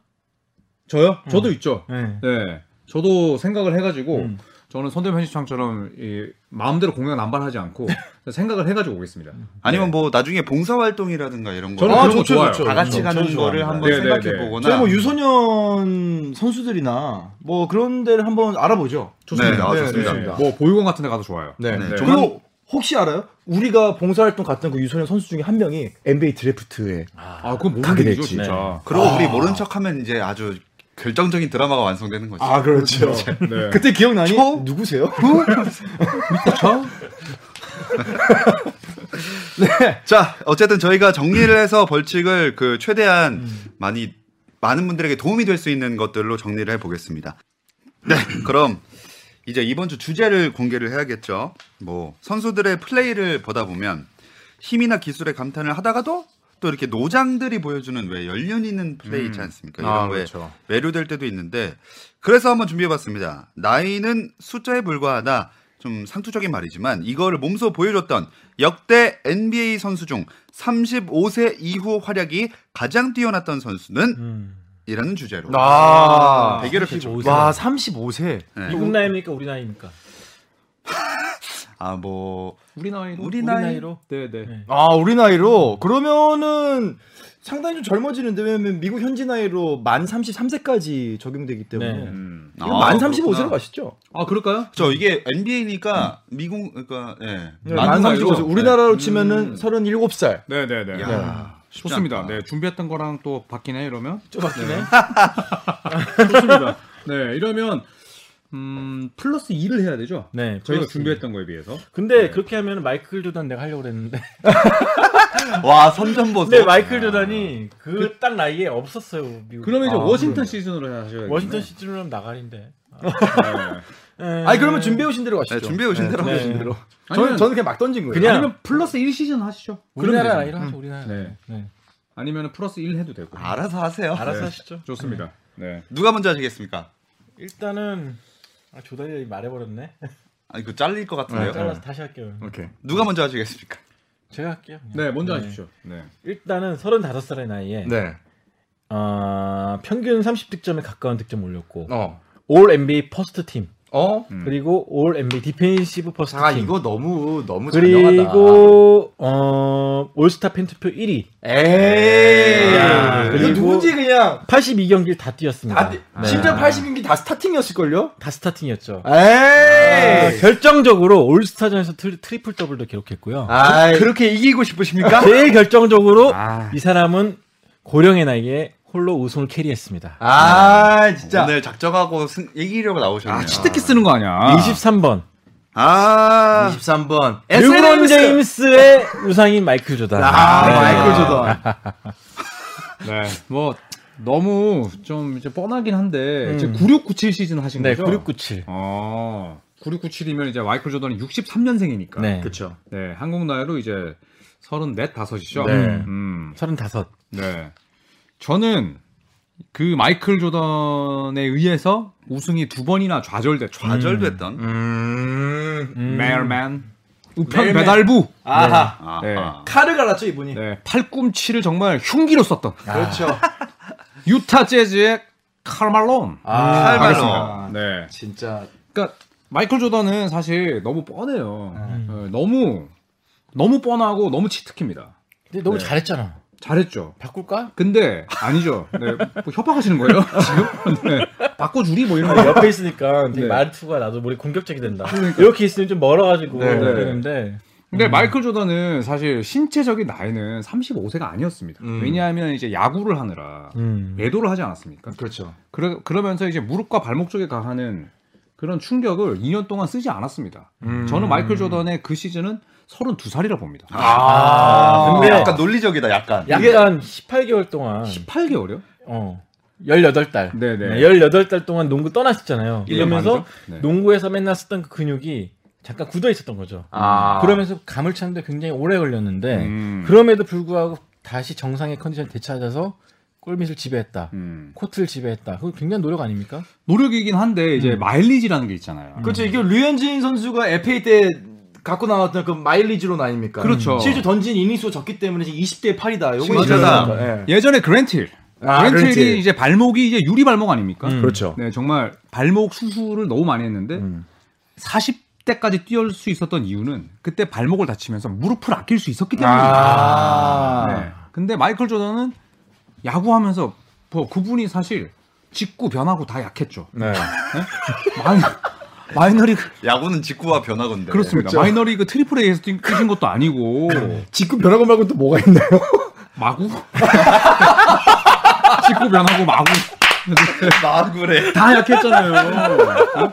S4: 저요? 저도 있죠.
S3: 네.
S4: 네. 저도 생각을 해가지고
S3: 음.
S4: 저는 선대 편집장처럼 이 마음대로 공연 남발하지 않고 생각을 해가지고 오겠습니다.
S1: 아니면 뭐 나중에 봉사 활동이라든가 이런 거
S4: 저는
S2: 아,
S4: 그런 거
S2: 좋죠,
S4: 좋아요.
S2: 좋죠.
S1: 다 같이
S2: 저는
S1: 가는 거를
S2: 좋아합니다.
S1: 한번
S4: 네, 네,
S1: 생각해
S4: 네.
S1: 보거나
S2: 저희 뭐 유소년 선수들이나 뭐 그런 데를 한번 알아보죠.
S1: 네, 아, 좋습니다.
S2: 네, 좋습니다.
S4: 뭐 보육원 같은 데 가도 좋아요.
S2: 네.
S1: 네,
S2: 그리고
S1: 조만-
S2: 혹시 알아요? 우리가 봉사활동 갔던 그 유소년 선수 중에 한 명이 NBA 드래프트에
S1: 네.
S4: 아, 그건 모르는
S2: 가게
S4: 일이죠,
S2: 됐지.
S4: 진짜.
S1: 그러고 우리 모른 척하면 이제 아주 결정적인 드라마가 완성되는
S4: 아,
S1: 거죠.
S2: 그렇죠.
S4: 네.
S2: 그때 기억나니?
S1: 저?
S2: 누구세요?
S1: 자, 어쨌든 저희가 정리를 해서 벌칙을 그 최대한 많이 많은 분들에게 도움이 될 수 있는 것들로 정리를 해 보겠습니다. 네, 그럼 이제 이번 주 주제를 공개를 해야겠죠. 뭐 선수들의 플레이를 보다 보면 힘이나 기술에 감탄을 하다가도 또 이렇게 노장들이 보여주는 왜 연륜 있는 플레이 있지 않습니까? 이런
S2: 아,
S1: 왜
S2: 그렇죠.
S1: 외류될 때도 있는데 그래서 한번 준비해봤습니다. 나이는 숫자에 불과하다. 좀 상투적인 말이지만 이거를 몸소 보여줬던 역대 NBA 선수 중 35세 이후 활약이 가장 뛰어났던 선수는
S3: 음.
S1: 이라는 주제로
S2: 아,
S1: 대결을 펼쳐.
S2: 와, 35세.
S1: 네.
S3: 미국 나이입니까? 우리 나이입니까?
S1: 아뭐
S4: 우리 나이로.
S1: 우리
S3: 우리
S1: 나이
S3: 나이로?
S4: 네, 네.
S3: 네.
S2: 아, 우리 나이로? 그러면은 상당히 좀 젊어지는데, 왜냐면 미국 현지 나이로 만 33세까지 적용되기 때문에.
S3: 네.
S4: 음.
S1: 아,
S2: 만
S1: 그렇구나.
S2: 35세로 가시죠. 음.
S4: 아, 그럴까요?
S1: 저 이게 NBA니까 미국 그러니까 예.
S2: 만
S4: 나이로.
S2: 35세. 우리나라로 치면은 37살.
S4: 네, 네, 네.
S1: 야, 쉽지
S4: 좋습니다.
S1: 않다.
S4: 네, 준비했던 거랑 또 바뀌네 이러면
S3: 좀 바뀌네.
S4: 좋습니다. 네, 이러면 음 플러스 2를 해야 되죠.
S3: 네.
S4: 저희가
S3: 플러스.
S4: 준비했던 거에 비해서.
S3: 근데 그렇게 하면 마이클 조단 내가 하려고 그랬는데.
S1: 와 선전 보소.
S3: 근데 마이클 조단이 그 딱 나이에 없었어요. 미국.
S4: 그러면 네. 이제
S3: 아,
S4: 워싱턴 시즌으로 하셔야 돼요.
S3: 워싱턴 시즌으로 하면 나가린데. 아,
S4: 네.
S2: 아니, 그러면 준비해 오신 대로 가시죠.
S1: 네, 준비해 오신 대로
S3: 네.
S1: 하신 대로.
S2: 저는,
S4: 아니면
S2: 저는 그냥 막 던진 거예요.
S3: 그냥-
S4: 아니면 플러스 1 시즌 하시죠.
S3: 우리나라
S4: 그러면 되죠.
S3: 나이로 하죠. 우리나라.
S4: 네.
S3: 네. 네.
S4: 아니면 플러스 1 해도 되고.
S1: 알아서 하세요.
S3: 알아서
S4: 네.
S3: 하시죠.
S4: 좋습니다. 네.
S1: 누가 먼저 하시겠습니까?
S3: 일단은 아, 조단이 말해버렸네.
S1: 아니 그 잘릴 것 같은데요.
S3: 네, 잘라서 다시 할게요.
S4: 오케이.
S1: 누가 먼저 하시겠습니까?
S3: 제가 할게요. 그냥.
S4: 네, 먼저 하십시오. 네.
S3: 일단은 35살의 나이에
S2: 네.
S3: 어, 평균 30득점에 가까운 득점 올렸고
S2: 어.
S3: 올 NBA 퍼스트 팀
S2: 어?
S4: 음.
S3: 그리고 올 NBA 디펜시브 퍼스트
S2: 아,
S3: 팀
S2: 이거 너무, 너무 잔인하다.
S3: 그리고 어, 올스타 팬투표 1위
S2: 예. 에이.
S3: 야,
S2: 이거
S3: 그리고-
S2: 누군지 그냥.
S3: 82경기를 다 뛰었습니다. 네.
S2: 아, 심지어 80인기 다 스타팅이었을걸요?
S3: 다 스타팅이었죠.
S2: 네.
S3: 아,
S2: 에이.
S3: 결정적으로 올스타전에서 트리, 트리플 더블도 기록했고요. 그러니까
S2: 아이.
S1: 그렇게 이기고 싶으십니까?
S3: 제일 결정적으로
S4: 아.
S3: 이 사람은 고령의 나이에 홀로 우승을 캐리했습니다.
S2: 아, 진짜.
S1: 오늘 작정하고 승, 이기려고 나오셨네요.
S4: 아, 치트키 쓰는 거 아니야.
S3: 23번
S1: 아,
S2: 23번.
S3: 르브론 제임스의 우상인 마이클 네. 조단.
S2: 아, 마이클 조던.
S4: 네. 뭐 너무 좀 이제 뻔하긴 한데 이제 9697 시즌 하신
S3: 네,
S4: 거죠?
S3: 9697.
S4: 어. 9697이면 이제 마이클 조던이 63년생이니까.
S3: 네.
S2: 그렇죠.
S4: 네, 한국 나이로 이제 34, 5이죠.
S3: 네.
S4: 음.
S3: 35.
S4: 네. 저는 그 마이클 조던에 의해서 우승이 두 번이나 좌절됐
S1: 아, 좌절됐던.
S3: 음,
S2: 음.
S4: 메일맨. 우편
S2: 메일맨.
S4: 배달부.
S2: 아하.
S1: 아,
S4: 네.
S1: 아.
S2: 칼을 갈았죠, 이분이.
S4: 네, 팔꿈치를 정말 흉기로 썼던
S2: 그렇죠.
S4: 유타 재즈의 칼말론.
S2: 아,
S1: 칼 말론.
S2: 알겠습니다.
S4: 네.
S2: 진짜.
S4: 그러니까 마이클 조던은 사실 너무 뻔해요.
S2: 음.
S4: 네, 너무 너무 뻔하고 너무 치트킵니다.
S3: 근데 너무
S4: 네.
S3: 잘했잖아.
S4: 잘했죠.
S3: 바꿀까?
S4: 근데 아니죠. 네, 뭐 협박하시는 거예요? 지금? 네. 바꿔주리 뭐 이런 거.
S3: 옆에 있으니까 되게
S4: 네. 그러니까.
S3: 말투가 나도 모르게 공격적이 된다. 이렇게 있으면 좀 멀어가지고
S4: 네.
S3: 되는데
S4: 근데
S3: 음.
S4: 마이클 조던은 사실 신체적인 나이는 35세가 아니었습니다. 왜냐하면 이제 야구를 하느라
S3: 음.
S4: 매도를 하지 않았습니까?
S2: 그렇죠.
S4: 그러, 그러면서 이제 무릎과 발목 쪽에 가하는 그런 충격을 2년 동안 쓰지 않았습니다.
S3: 음.
S4: 저는 마이클 조던의 그 시즌은 32살이라 봅니다.
S1: 아, 근데
S3: 근데-
S1: 약간 논리적이다, 약간.
S3: 약간 18개월 동안
S4: 18개월이요?
S3: 어 18달
S4: 네네.
S3: 18달 동안 농구 떠났었잖아요.
S4: 일 년
S3: 그러면서
S4: 반이죠? 네.
S3: 농구에서 맨날 쓰던 그 근육이 잠깐 굳어 있었던 거죠.
S4: 아.
S3: 그러면서 감을 찾는데 굉장히 오래 걸렸는데
S4: 음.
S3: 네. 그럼에도 불구하고 다시 정상의 컨디션 되찾아서 골밑을 지배했다.
S4: 음.
S3: 코트를 지배했다. 그거 굉장한 노력 아닙니까?
S4: 노력이긴 한데 이제
S3: 음.
S4: 마일리지라는 게 있잖아요.
S2: 그렇죠. 이게 류현진 선수가 FA 때 갖고 나왔던 그 마일리지론 아닙니까?
S4: 그렇죠.
S2: 음. 실제 던진 이닝수 적기 때문에 지금 20대 8이다. 요거 네.
S1: 맞아요.
S4: 네. 예전에 그랜틸.
S2: 아,
S4: 그랜틸이
S2: 그랜틸.
S4: 이제 발목이 이제 유리 발목 아닙니까?
S2: 그렇죠. 음.
S4: 네, 정말 발목 수술을 너무 많이 했는데 40대까지 뛰어올 수 있었던 이유는 그때 발목을 다치면서 무릎을 아낄 수 있었기 때문입니다.
S2: 아.
S4: 네. 근데 마이클 조던은 야구하면서 뭐 그분이 사실 직구 변하고 다 약했죠. 네?
S2: 네.
S4: 마이, 마이너리그
S1: 야구는 직구와 변화건데. 그러니까
S4: 그렇습니다. 마이너리그 트리플 A에서 뛴- 뛰신 것도 아니고
S2: 그렇죠. 직구 변화고 말고 또 뭐가 있나요?
S4: 마구 직구 변하고 마구
S1: 마구래.
S4: 다 약했잖아요.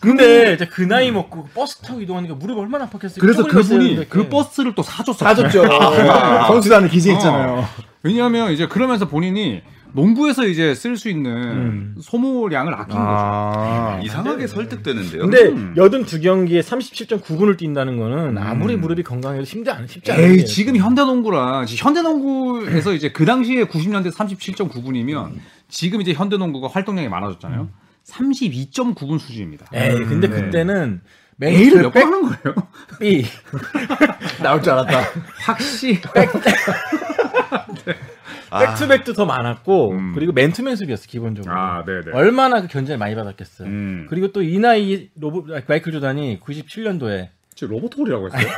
S3: 근데 이제 그 나이 먹고 버스 타고 이동하니까 무릎 얼마나 아팠겠어요.
S4: 음. 그래서
S3: 쪼그리고 있어야
S4: 그분이 그
S3: 되는데.
S4: 버스를 또 사줬어요.
S2: 사줬죠. 아. 선수단을 기증했잖아요.
S4: 어. 왜냐하면 이제 그러면서 본인이 농구에서 이제 쓸 수 있는 소모량을 음. 아낀
S2: 아.
S1: 이상하게 설득되는데요.
S3: 근데
S4: 음.
S3: 여든 두 경기에 37.9분을 뛴다는 거는 아무리 무릎이 건강해도 쉽지 않 쉽지
S4: 거죠.
S3: 않아요.
S4: 음. 에이 지금 현대농구랑 지금 현대농구에서 이제 그 당시에 90년대 37.9분이면 지금 이제 현대농구가 활동량이 많아졌잖아요. 32.9분 수준입니다.
S3: 에이 근데 그때는
S4: A를
S3: 매일
S4: 음, 네. 몇 번 하는 거예요?
S3: B
S2: 나올 줄 알았다.
S4: 확실히 아.
S3: 백투백도 더 많았고
S4: 음.
S3: 그리고 맨투맨 수비였어 기본적으로.
S4: 네네.
S3: 얼마나 그 견제를 많이 받았겠어요.
S4: 아. 음.
S3: 그리고 또 이 나이 로봇 아, 마이클 조단이 97년도에
S4: 로보트홀이라고 했어요.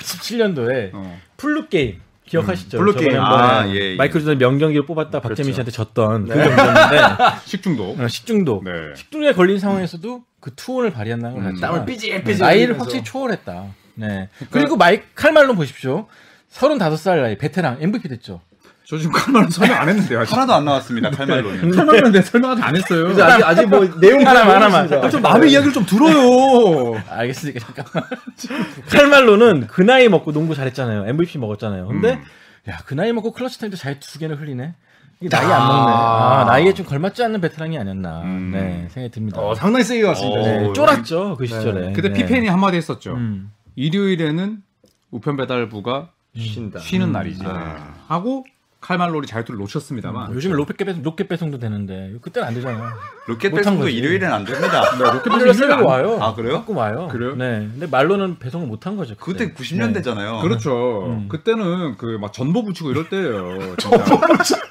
S3: 97년도에
S4: 어. 음,
S3: 플루 게임 기억하시죠?
S1: 블루
S3: 저번에
S1: 게임.
S3: 한번
S1: 아, 예, 예.
S3: 마이클 조단이 명경기를 뽑았다
S4: 그렇죠.
S3: 박재민 씨한테 졌던 그 경기였는데
S4: 식중독.
S3: 어, 식중독.
S4: 네.
S3: 식중독에 걸린 상황에서도 그 투혼을 발휘한다는 걸 봤죠.
S2: 땀을 삐질삐질.
S3: 나이를
S2: 흘리면서.
S3: 확실히 초월했다. 네. 그리고 마이 칼말론 보십시오. 35살 나이 베테랑 MVP 됐죠.
S4: 저 지금 칼말로 설명 안 했는데요. 아직.
S1: 하나도 안 나왔습니다.
S4: 네.
S1: 칼말로는.
S4: 칼말로 내 설명 아직 안 했어요.
S2: 그래서 아직, 아직 뭐 네. 내용
S3: 하나만,
S2: 하나
S3: 하나만.
S2: 모르겠습니다.
S4: 좀 남의 이야기를 좀 들어요.
S3: 알겠으니까 잠깐만. 칼말로는 그 나이 먹고 농구 잘했잖아요. MVP 먹었잖아요. 근데 야 그 나이 먹고 클러치 타임도 잘 두 개를 흘리네. 이게 나이 안 먹네. 아, 나이에 좀 걸맞지 않는 베테랑이 아니었나. 네 생각이 듭니다.
S2: 어, 상당히 세게 갔습니다.
S1: 어.
S3: 네, 쫄았죠 그 시절에.
S4: 그때
S3: 네.
S4: 피펜이 한마디 했었죠.
S3: 음.
S4: 일요일에는 우편 배달부가
S2: 쉰다.
S4: 쉬는
S3: 음.
S4: 날이지.
S3: 아.
S4: 하고 칼말로리 자유투를 놓쳤습니다만.
S3: 요즘에 로켓 배송 로켓 배송도 되는데 그때는 안 되잖아요.
S1: 로켓
S3: 못한
S1: 배송도
S3: 거지.
S1: 일요일엔 안 됩니다.
S4: 로켓
S3: 일로
S4: 배송이
S3: 쓰고
S4: 안-
S3: 와요.
S1: 아, 그래요?
S3: 갖고 와요.
S4: 그래요?
S3: 네. 근데 말로는 배송을 못 한 거죠. 그때. 네.
S1: 그때 90년대잖아요.
S4: 그렇죠.
S3: 음.
S4: 그때는 그 막 전보 붙이고 이럴 때예요. 진짜.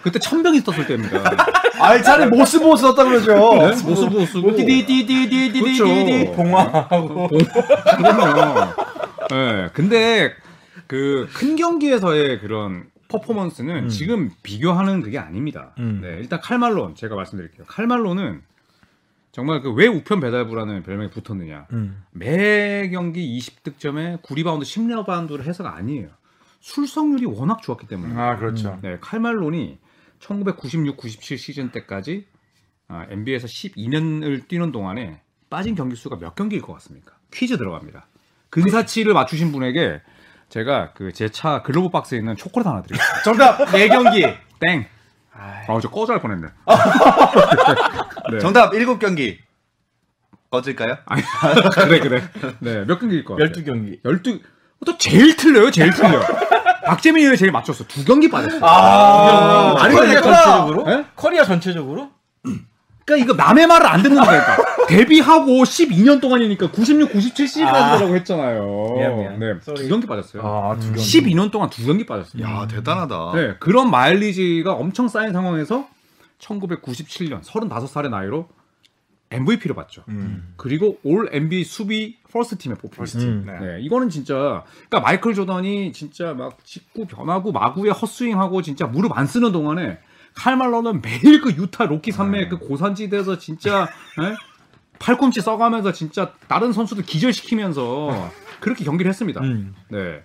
S4: 그때 천병이 떴을 때입니다.
S2: 아, 차라리 모스보 썼다 그러죠. 뭐
S4: 못 쓰고 못 쓰고.
S2: 띠디디디디디디디.
S4: 그렇죠.
S2: 봉화하고.
S4: 그러면 예. 근데 그 큰 경기에서의 그런 퍼포먼스는 지금 비교하는 그게 아닙니다.
S3: 음.
S4: 네, 일단 칼말론 제가 말씀드릴게요. 칼말론은 정말 그 왜 우편 배달부라는 별명이 붙었느냐.
S3: 음.
S4: 매 경기 20득점에 9리바운드 10리바운드를 해서가 아니에요. 술성률이 워낙 좋았기 때문에.
S2: 아, 그렇죠.
S4: 네, 칼말론이 1996-97 시즌 때까지 NBA에서 12년을 뛰는 동안에 빠진 경기 수가 몇 경기일 것 같습니까? 퀴즈 들어갑니다. 근사치를 맞추신 분에게 제가 그 제 차 글로브 박스에 있는 초콜릿 하나 드리겠습니다.
S2: 정답, 4경기.
S4: 땡. 아, 저 꺼져할 뻔했네. 네.
S1: 정답 7경기. 꺼질까요?
S4: 아니, 그래 그래. 네, 몇 경기일 것 같아요?
S3: 12경기.
S4: 12. 또 제일 틀려요, 제일 틀려. 박재민이 제일 맞췄어. 두 경기 빠졌어.
S2: 아,
S4: 아니,
S3: 커리어
S4: 그러니까-
S3: 전체적으로?
S4: 예?
S3: 커리어 전체적으로?
S4: 그러니까 이거 남의 말을 안 듣는 거니까 데뷔하고 12년 동안이니까 96, 97 시즌까지라고 했잖아요.
S3: 미안, 미안.
S4: 네,
S3: Sorry.
S4: 두 경기 빠졌어요.
S2: 아, 두 경기.
S4: 12년 동안 두 경기 빠졌어요.
S1: 야, 아, 대단하다.
S4: 네, 그런 마일리지가 엄청 쌓인 상황에서 1997년 35살의 나이로 MVP를 받죠. 그리고 올 NBA 수비 음. 퍼스트 팀에 뽑힙니다.
S3: 팀,
S4: 네. 이거는 진짜 그러니까 마이클 조던이 진짜 막 직구 변하고 마구에 헛스윙하고 진짜 무릎 안 쓰는 동안에 칼말로는 매일 그 유타 로키 산맥 그 고산지대에서 진짜 예? 팔꿈치 써가면서 진짜 다른 선수들 기절시키면서 그렇게 경기를 했습니다.
S3: 음.
S4: 네.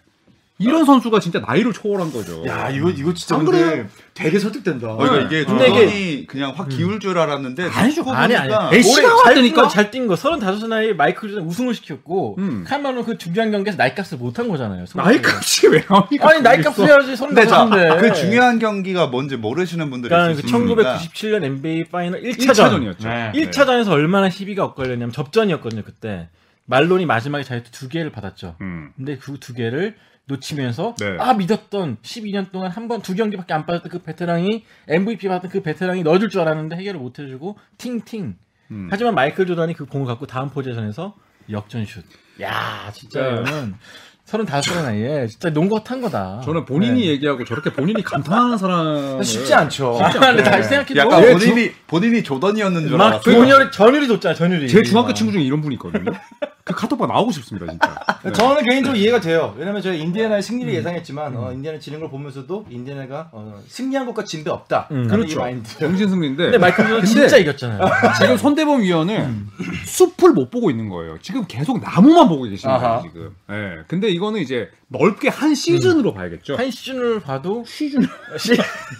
S4: 이런 선수가 진짜 나이를 초월한 거죠.
S2: 야, 이거, 이거 진짜
S4: 안
S2: 근데 되게 설득된다.
S1: 어, 그러니까 이게
S3: 근데 이게-
S1: 조던이 그냥 확 기울 줄 알았는데 아니죠. 그러니까.
S3: 아니, 아니.
S4: 시간
S3: 잘
S4: 왔다니까?
S3: 뛴거 잘 뛴 거. 35살 나이 마이클 조던 우승을 시켰고
S4: 음.
S3: 칼만은 그 중요한 경기에서 나이값을 못 한 거잖아요.
S4: 나이 값이 왜 나옵니까?
S3: 아니 나이값을 해야지
S1: 근데 자,
S3: 35살인데. 네.
S1: 그 중요한 경기가 뭔지 모르시는 분들이
S3: 그러니까 그
S1: 있을 수 있으니까
S3: 1997년 NBA 파이널 1차전.
S4: 1차전이었죠.
S1: 네.
S3: 1차전에서 얼마나 시비가 엇갈렸냐면 접전이었거든요, 그때. 말론이 마지막에 자유투 두 개를 받았죠.
S4: 음.
S3: 근데 그 두 개를 놓치면서
S4: 네.
S3: 아 믿었던 12년 동안 한 번 두 경기밖에 안 받았던 그 베테랑이 MVP 받았던 그 베테랑이 넣어줄 줄 알았는데 해결을 못 해주고 팅팅. 하지만 마이클 조던이 그 공을 갖고 다음 포지션에서 역전슛. 야 진짜
S4: 네.
S3: 이거는 35살 나이에 진짜 농구 핫한 거다.
S4: 저는
S3: 네.
S4: 본인이 얘기하고 저렇게 본인이 감탄하는 사람
S2: 쉽지 않죠.
S3: 아, 근데 다시 생각해도
S1: 약간 본인이 본인이 조던이었는 아, 줄
S3: 막
S1: 알았어.
S3: 그 전율이 전율이 줬잖아 전율이.
S4: 제 중학교 친구 중에 이런 분이 있거든요. 그 카톡방 나오고 싶습니다 진짜. 네.
S2: 저는 개인적으로 이해가 돼요. 왜냐면 제가 인디애나의 승리를 예상했지만 어, 인디애나 지는 걸 보면서도 인디애나가 어, 승리한 것과 진배 없다. 라는 이
S4: 그렇죠.
S2: 마인드.
S4: 정신 승리인데
S3: 아, 근데 음. 마이클 조던 진짜 이겼잖아요.
S4: 지금 손대범 위원은 숲을 못 보고 있는 거예요. 지금 계속 나무만 보고 계시는 거예요 지금. 예. 근데 이거는 이제 넓게 한 시즌으로 봐야겠죠.
S3: 음. 한 시즌을 봐도 시즌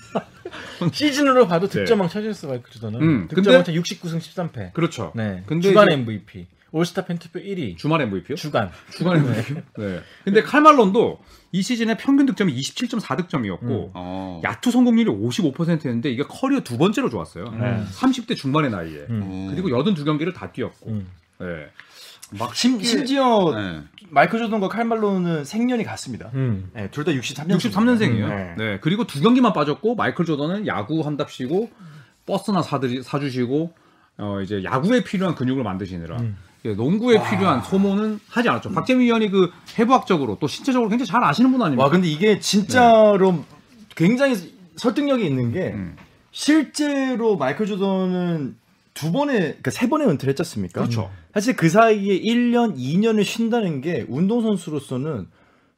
S3: 시즌으로 봐도 득점왕 차지했어 마이클 조던은.
S4: 네. 음,
S3: 득점왕 차
S4: 근데-
S3: 69승 13패.
S4: 그렇죠.
S3: 네.
S4: 근데
S3: 주간
S4: 이제-
S3: MVP. 올스타 팬투표 1위.
S4: 주말 MVP요?
S3: 주간. 뭐
S4: 주간 MVP. 뭐 네. 근데 칼말론도 이 시즌에 평균 득점이 27.4
S3: 음.
S4: 득점이었고
S1: 어.
S4: 야투 성공률이 55%였는데 이게 커리어 두 번째로 좋았어요. 30대 중반의 나이에.
S1: 음.
S4: 그리고 82경기를 다 뛰었고.
S3: 음.
S4: 네.
S1: 막
S2: 심, 심지어
S1: 네.
S2: 마이클 조던과 칼말로는 생년이 같습니다.
S3: 음.
S2: 네, 둘 다 63년.
S4: 63년생이에요.
S2: 음,
S4: 네.
S2: 네.
S4: 그리고 두 경기만 빠졌고 마이클 조던은 야구 한답시고 버스나 사드리, 사주시고 어 이제 야구에 필요한 근육을 만드시느라 예, 농구에 필요한 소모는 하지 않았죠. 박재민 위원이 그 해부학적으로 또 신체적으로 굉장히 잘 아시는 분 아닙니까?
S2: 와 근데 이게 진짜로 굉장히 설득력이 있는 게
S4: 음.
S2: 실제로 마이클 조던은 두 번에 그러니까 세 번의 은퇴를 했지 않습니까?
S4: 그렇죠.
S2: 사실 그 사이에 1년, 2년을 쉰다는 게 운동선수로서는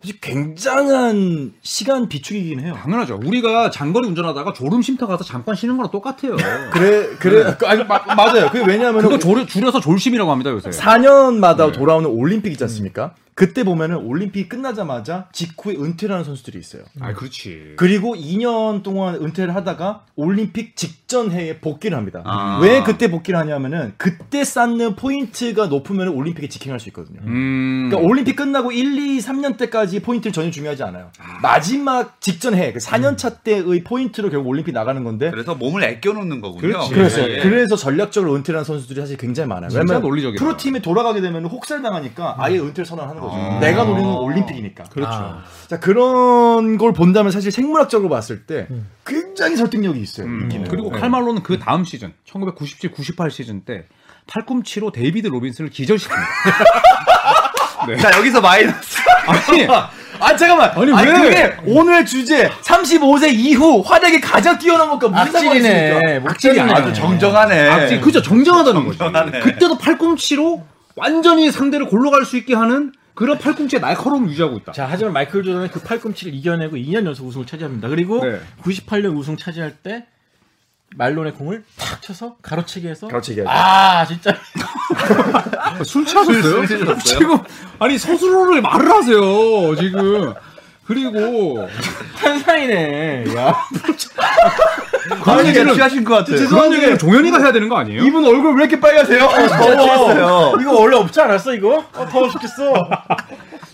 S2: 사실 굉장한 시간 비축이긴 해요.
S4: 당연하죠. 우리가 장거리 운전하다가 졸음 쉼터 가서 잠깐 쉬는 거랑 똑같아요.
S2: 그래, 그래. 그, 아니, 마- 맞아요. 그게 왜냐하면
S4: 그거 졸- 줄여서 졸심이라고 합니다 요새.
S2: 4년마다 돌아오는 올림픽이지 않습니까? 그때 보면은 올림픽 끝나자마자 직후에 은퇴를 하는 선수들이 있어요.
S4: 아 그렇지.
S2: 그리고 2년 동안 은퇴를 하다가 올림픽 직전 해에 복귀를 합니다.
S1: 아.
S2: 왜 그때 복귀를 하냐면은 그때 쌓는 포인트가 높으면 올림픽에 직행할 수 있거든요.
S4: 음.
S2: 그러니까 올림픽 끝나고 1, 2, 3년 때까지 포인트를 전혀 중요하지 않아요. 마지막 직전 해, 그 4년 차 때의 포인트로 결국 올림픽 나가는 건데.
S1: 그래서 몸을 아껴놓는 거군요.
S4: 그렇지.
S2: 그래서
S1: 예.
S2: 그래서 전략적으로 은퇴를 한 선수들이 사실 굉장히 많아요.
S4: 진짜
S2: 왜냐면
S4: 논리적이다.
S2: 프로팀에 돌아가게 되면 혹살 당하니까 아예 은퇴를 선언하는 거죠.
S1: 아.
S2: 내가 노리는 건 올림픽이니까.
S3: 음. 그렇죠.
S4: 아.
S2: 자 그런 걸 본다면 사실 생물학적으로 봤을 때
S3: 음.
S2: 굉장히 설득력이 있어요.
S4: 음,
S2: 인기는.
S4: 그리고
S2: 네.
S4: 칼말로는 그 다음 시즌 1997-98 시즌 때 팔꿈치로 데이비드 로빈스를 기절시킵니다.
S1: 자 여기서 마이너스.
S4: 아니
S2: 아 잠깐만. 아니,
S4: 아니,
S2: 왜?
S4: 왜?
S2: 그게 오늘 주제 35세 이후 화력이 가장 뛰어난 것과 무슨 상관이 있습니까?
S3: 악질이네. 뭐
S4: 악질이
S3: 목소리네.
S4: 아니죠.
S1: 아주 정정하네.
S4: 악질 그죠 예. 정정하다는 거죠.
S1: 정정하네.
S4: 그때도 팔꿈치로 완전히 상대를 골로 갈 수 있게 하는 그런 팔꿈치의 날카로움 유지하고 있다.
S3: 자, 하지만 마이클 조던은 그 팔꿈치를 이겨내고 2년 연속 우승을 차지합니다. 그리고
S4: 네.
S3: 98년 우승 차지할 때 말론의 공을 탁 쳐서 가로채기 해서
S2: 가로채기 하죠.
S3: 아, 진짜.
S4: 술 취하셨어요?
S1: 술 취하셨어요?
S4: 지금 아니 스스로를 말을 하세요 지금. 그리고
S3: 탄산이네. 야.
S1: 그런 얘기를 아, 취하신 것 같아요.
S4: 그런 얘기는 종현이가 해야 되는 거 아니에요?
S2: 이분 얼굴 왜 이렇게 빨개하세요?
S1: 취했어요.
S3: 이거 원래 없지 않았어, 이거? 어, 더워 죽겠어.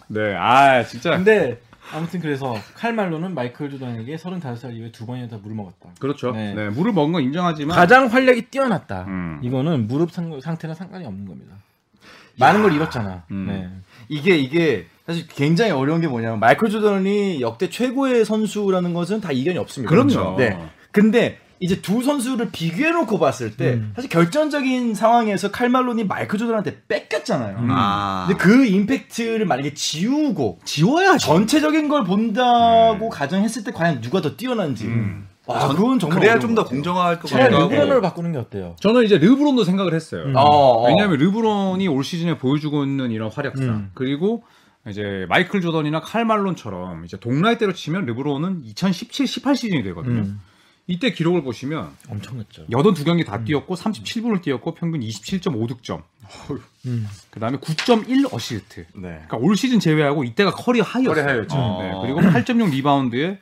S4: 네, 아 진짜.
S3: 근데 아무튼 그래서 칼말로는 마이클 조던에게 35살 이후에 두 번이나 다 물을 먹었다.
S4: 그렇죠.
S3: 네.
S4: 네. 물을 먹은 건 인정하지만
S3: 가장 활력이 뛰어났다.
S4: 음.
S3: 이거는 무릎 상, 상태랑 상관이 없는 겁니다. 많은 걸 잃었잖아. 네.
S2: 이게 이게 사실 굉장히 어려운 게 뭐냐면 마이클 조던이 역대 최고의 선수라는 것은 다 이견이 없습니다.
S4: 그럼요.
S2: 네. 근데 이제 두 선수를 비교해 놓고 봤을 때
S4: 음.
S2: 사실 결정적인 상황에서 칼말론이 마이클 조던한테 뺏겼잖아요.
S4: 음.
S1: 아.
S2: 근데 그 임팩트를 만약에 지우고
S4: 지워야
S2: 전체적인 걸 본다고 가정했을 때 과연 누가 더 뛰어난지.
S3: 음.
S2: 와, 그건 정말
S1: 그래야
S2: 어려운
S1: 좀 더
S2: 것 같아요.
S1: 공정할 것
S3: 차라리
S1: 같기도
S3: 르브론
S1: 하고.
S3: 을 바꾸는 게 어때요?
S4: 저는 이제 르브론도 생각을 했어요.
S3: 음.
S2: 어, 어.
S4: 왜냐하면 르브론이 올 시즌에 보여주고 있는 이런 활약상 그리고 이제 마이클 조던이나 칼 말론처럼 이제 동라이대로 치면 르브론은 2017-18 시즌이 되거든요.
S3: 음.
S4: 이때 기록을 보시면
S3: 엄청났죠.
S4: 82경기 다 뛰었고 37분을 뛰었고 평균 27.5 득점.
S3: 음.
S4: 그다음에 9.1 어시스트.
S2: 네.
S4: 그러니까 올 시즌 제외하고 이때가 커리어 하이였어요.
S2: 커리어 하이였죠.
S4: 네, 그리고 8.6 리바운드에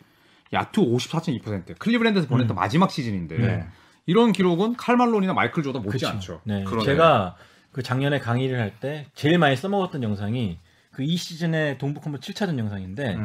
S4: 야투 54.2%. 클리브랜드에서 보냈던 마지막 시즌인데
S3: 네.
S4: 이런 기록은 칼말론이나 마이클 조던 못지않죠.
S3: 네.
S1: 그러네요.
S3: 제가 그 작년에 강의를 할 때 제일 많이 써먹었던 영상이 그 이 시즌의 동부 컴버 7차전 영상인데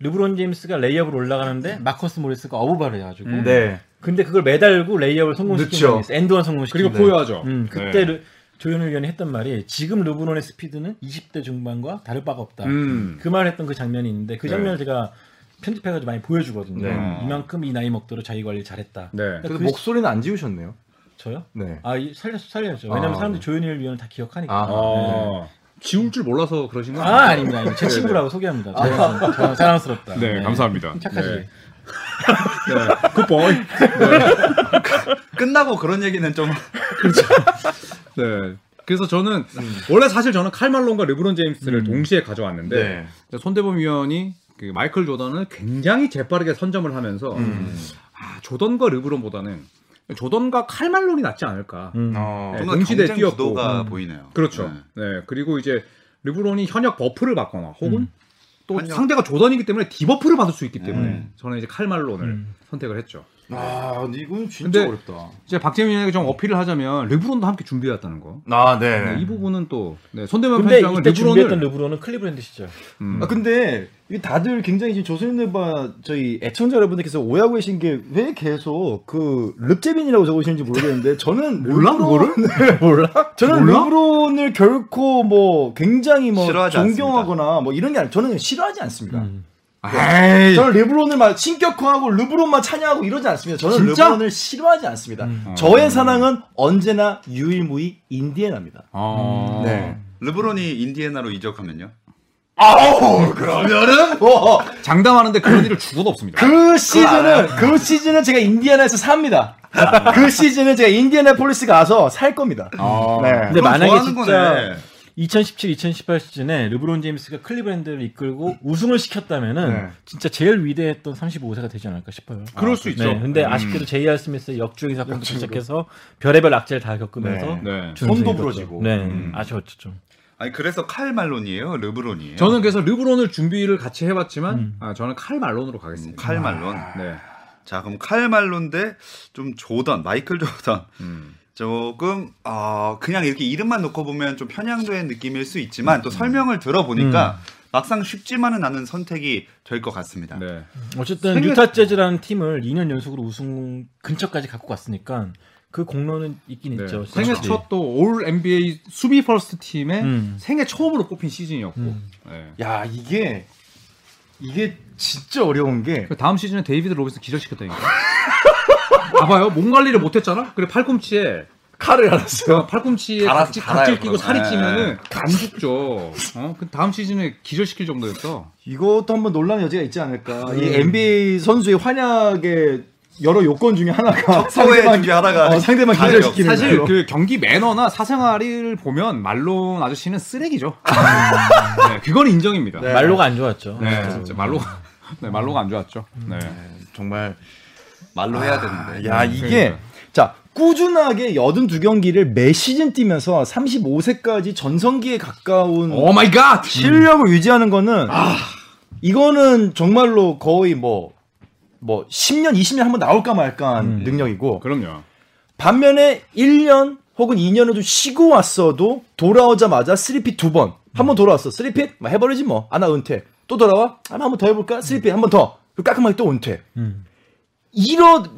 S3: 르브론 제임스가 레이업을 올라가는데 마커스 모리스가 어부바를 해가지고
S4: 음.
S2: 네.
S3: 근데 그걸 매달고 레이업을 성공시킨
S2: 늦죠.
S3: 적이 있어. 엔드원 성공시킨
S4: 그리고
S3: 적이 있어요.
S4: 보여하죠.
S3: 음, 그때
S4: 네.
S3: 르- 조현일 위원이 했던 말이 지금 르브론의 스피드는 20대 중반과 다를 바가 없다.
S4: 음.
S3: 그 말을 했던 그 장면이 있는데 그 장면을 제가 편집해가지고 많이 보여주거든요.
S4: 네.
S3: 이만큼 이 나이 먹도록 자기 관리 잘했다.
S4: 네.
S3: 그러니까 그
S2: 목소리는 안 지우셨네요.
S3: 시- 저요?
S2: 네.
S3: 아 이- 살렸 살렸죠. 왜냐면 사람들이 조현일 위원을 다 기억하니까.
S2: 아.
S4: 어. 지울 줄 몰라서 그러신 거
S3: 아,
S4: 아니에요?
S3: 아닙니다. 아닙니다. 제 친구라고 소개합니다. 자랑스럽- 자랑- 사랑스럽다.
S4: 네, 감사합니다.
S3: 착하시게.
S4: 네. 네. 굿보이.
S1: 끝나고 그런 얘기는 좀
S4: 네. 그래서 저는 원래 사실 저는 칼말론과 르브론 제임스를
S2: 음.
S4: 동시에 가져왔는데
S2: 네.
S4: 이제 손대범 위원이 그 마이클 조던을 굉장히 재빠르게 선점을 하면서
S2: 음.
S4: 아, 조던과 르브론보다는 조던과 칼말론이 낫지 않을까.
S2: 음.
S3: 음.
S4: 네,
S1: 뭔가
S4: 동시대에
S1: 경쟁
S4: 뛰었고.
S1: 구도가 보이네요.
S4: 그렇죠.
S1: 네.
S4: 네. 그리고 이제 르브론이 현역 버프를 받거나 혹은
S2: 음.
S4: 또
S1: 현역.
S4: 상대가 조던이기 때문에 디버프를 받을 수 있기 때문에
S1: 음.
S4: 저는 이제 칼말론을 선택을 했죠.
S2: 아, 근데 이건 진짜
S4: 근데-
S2: 어렵다.
S4: 이제 박재민 위원에게 좀 어필을 하자면 르브론도 함께 준비해왔다는 거.
S2: 아, 네.
S4: 네, 이 부분은 또 네, 손대범
S3: 근데
S4: 편장은
S3: 이때 준비했던 그
S4: 르브론을
S3: 르브론은 클리브랜드 시절.
S4: 음.
S2: 아 근데 이게 다들 굉장히 지금 조선일보 저희 애청자 여러분들께서 오해하고 계신 게 왜 계속 그 릅제빈이라고 적으시는지 모르겠는데 저는 몰라 그거를 몰라 저는
S4: 몰라?
S2: 르브론을 결코 뭐 굉장히 뭐
S1: 싫어하지
S2: 존경하거나 뭐 이런 게 아니라 저는 싫어하지 않습니다.
S4: 에이,
S2: 저는 르브론을 막 신격화하고 르브론만 찬양하고 이러지 않습니다. 저는
S4: 진짜?
S2: 르브론을 싫어하지 않습니다. 저의 사랑은 언제나 유일무이 인디애나입니다.
S4: 아.
S2: 네.
S1: 르브론이 인디애나로 이적하면요?
S2: 어, 어.
S4: 장담하는데 그런 일을 죽어도 없습니다.
S2: 그 시즌은 그 시즌은 제가 인디애나에서 삽니다. 그 시즌은 제가 인디애나폴리스 가서 살 겁니다.
S4: 아.
S2: 네.
S3: 근데
S1: 그럼
S3: 만약에
S1: 좋아하는
S3: 진짜
S1: 거네.
S3: 2017-2018 시즌에 르브론 제임스가 클리브랜드를 이끌고 우승을 시켰다면은
S2: 네.
S3: 진짜 제일 위대했던 35세가 되지 않을까 싶어요.
S4: 그럴 수 있죠.
S3: 네, 근데 아쉽게도 제이알 스미스의 역주행 사건부터 시작해서 별의별 악재를 다 겪으면서
S4: 네.
S3: 준우승을
S2: 손도
S3: 이뤘죠.
S2: 부러지고.
S3: 네, 아쉬웠죠 좀.
S1: 아니 그래서 칼말론이에요, 르브론이에요.
S4: 저는 그래서 르브론을 준비를 같이 해봤지만
S2: 음.
S4: 아, 저는 칼 말론으로 가겠습니다.
S1: 칼말론.
S4: 네.
S1: 음, 자 그럼 칼말론데 좀 조던, 마이클 조던. 조금 어, 그냥 이렇게 이름만 놓고 보면 좀 편향된 느낌일 수 있지만 또 설명을 들어보니까 막상 쉽지만은 않은 선택이 될 것
S3: 음.
S1: 같습니다.
S4: 네.
S3: 어쨌든
S1: 생각-
S3: 유타 재즈라는 팀을 2년 연속으로 우승 근처까지 갖고 갔으니까 그 공로는 있긴
S4: 네.
S3: 있죠.
S4: 생애
S3: 확실히.
S4: 첫 또 올 NBA 수비 퍼스트 팀에
S3: 음.
S4: 생애 처음으로 뽑힌 시즌이었고. 네.
S2: 야 이게 이게 진짜 어려운 게
S4: 그 다음 시즌에 데이비드 로빈스 기절시켰다니까. 봐봐요. 몸 관리를 못했잖아. 그래 팔꿈치에
S2: 칼을 알았어.
S4: 그 팔꿈치에
S1: 갈아서
S4: 각질,
S1: 갈아요,
S4: 각질 끼고
S1: 그럼.
S4: 살이
S1: 네.
S4: 찌면은 안 죽죠. 어? 그 다음 시즌에 기절시킬 정도였어.
S2: 이것도 한번 논란의 여지가 있지 않을까. 이
S4: 음.
S2: NBA 선수의 환약의 여러 요건 중에 하나가
S1: 서해 중에 하나가
S2: 어, 상대방
S1: 다들
S2: 기절시키는
S4: 사실
S2: 걸로.
S4: 그 경기 매너나 사생활을 보면 말론 아저씨는 쓰레기죠.
S1: 음.
S4: 네, 그건 인정입니다. 네,
S3: 말로가 안 좋았죠.
S4: 진짜 말로가 네, 말로가 안 좋았죠. 네. 아,
S2: 정말
S1: 음. 말로 해야 되는데. 네.
S2: 야
S3: 그러니까.
S2: 이게 자 꾸준하게 82경기를 매 시즌 뛰면서 35세까지 전성기에 가까운
S4: 오 마이 갓.
S2: 실력을 유지하는 거는 이거는 정말로 거의 뭐 뭐 10년, 20년 한번 나올까 말까한 능력이고
S4: 그럼요.
S2: 반면에 1년 혹은 2년을 좀 쉬고 왔어도 돌아오자마자 3핏 두 번. 한 번 돌아왔어. 3핏? 뭐 해버리지 뭐. 아, 나 은퇴. 또 돌아와? 아, 나 한 번 더 해볼까? 3핏 한 번 더. 그리고 깔끔하게 또 은퇴. 이런,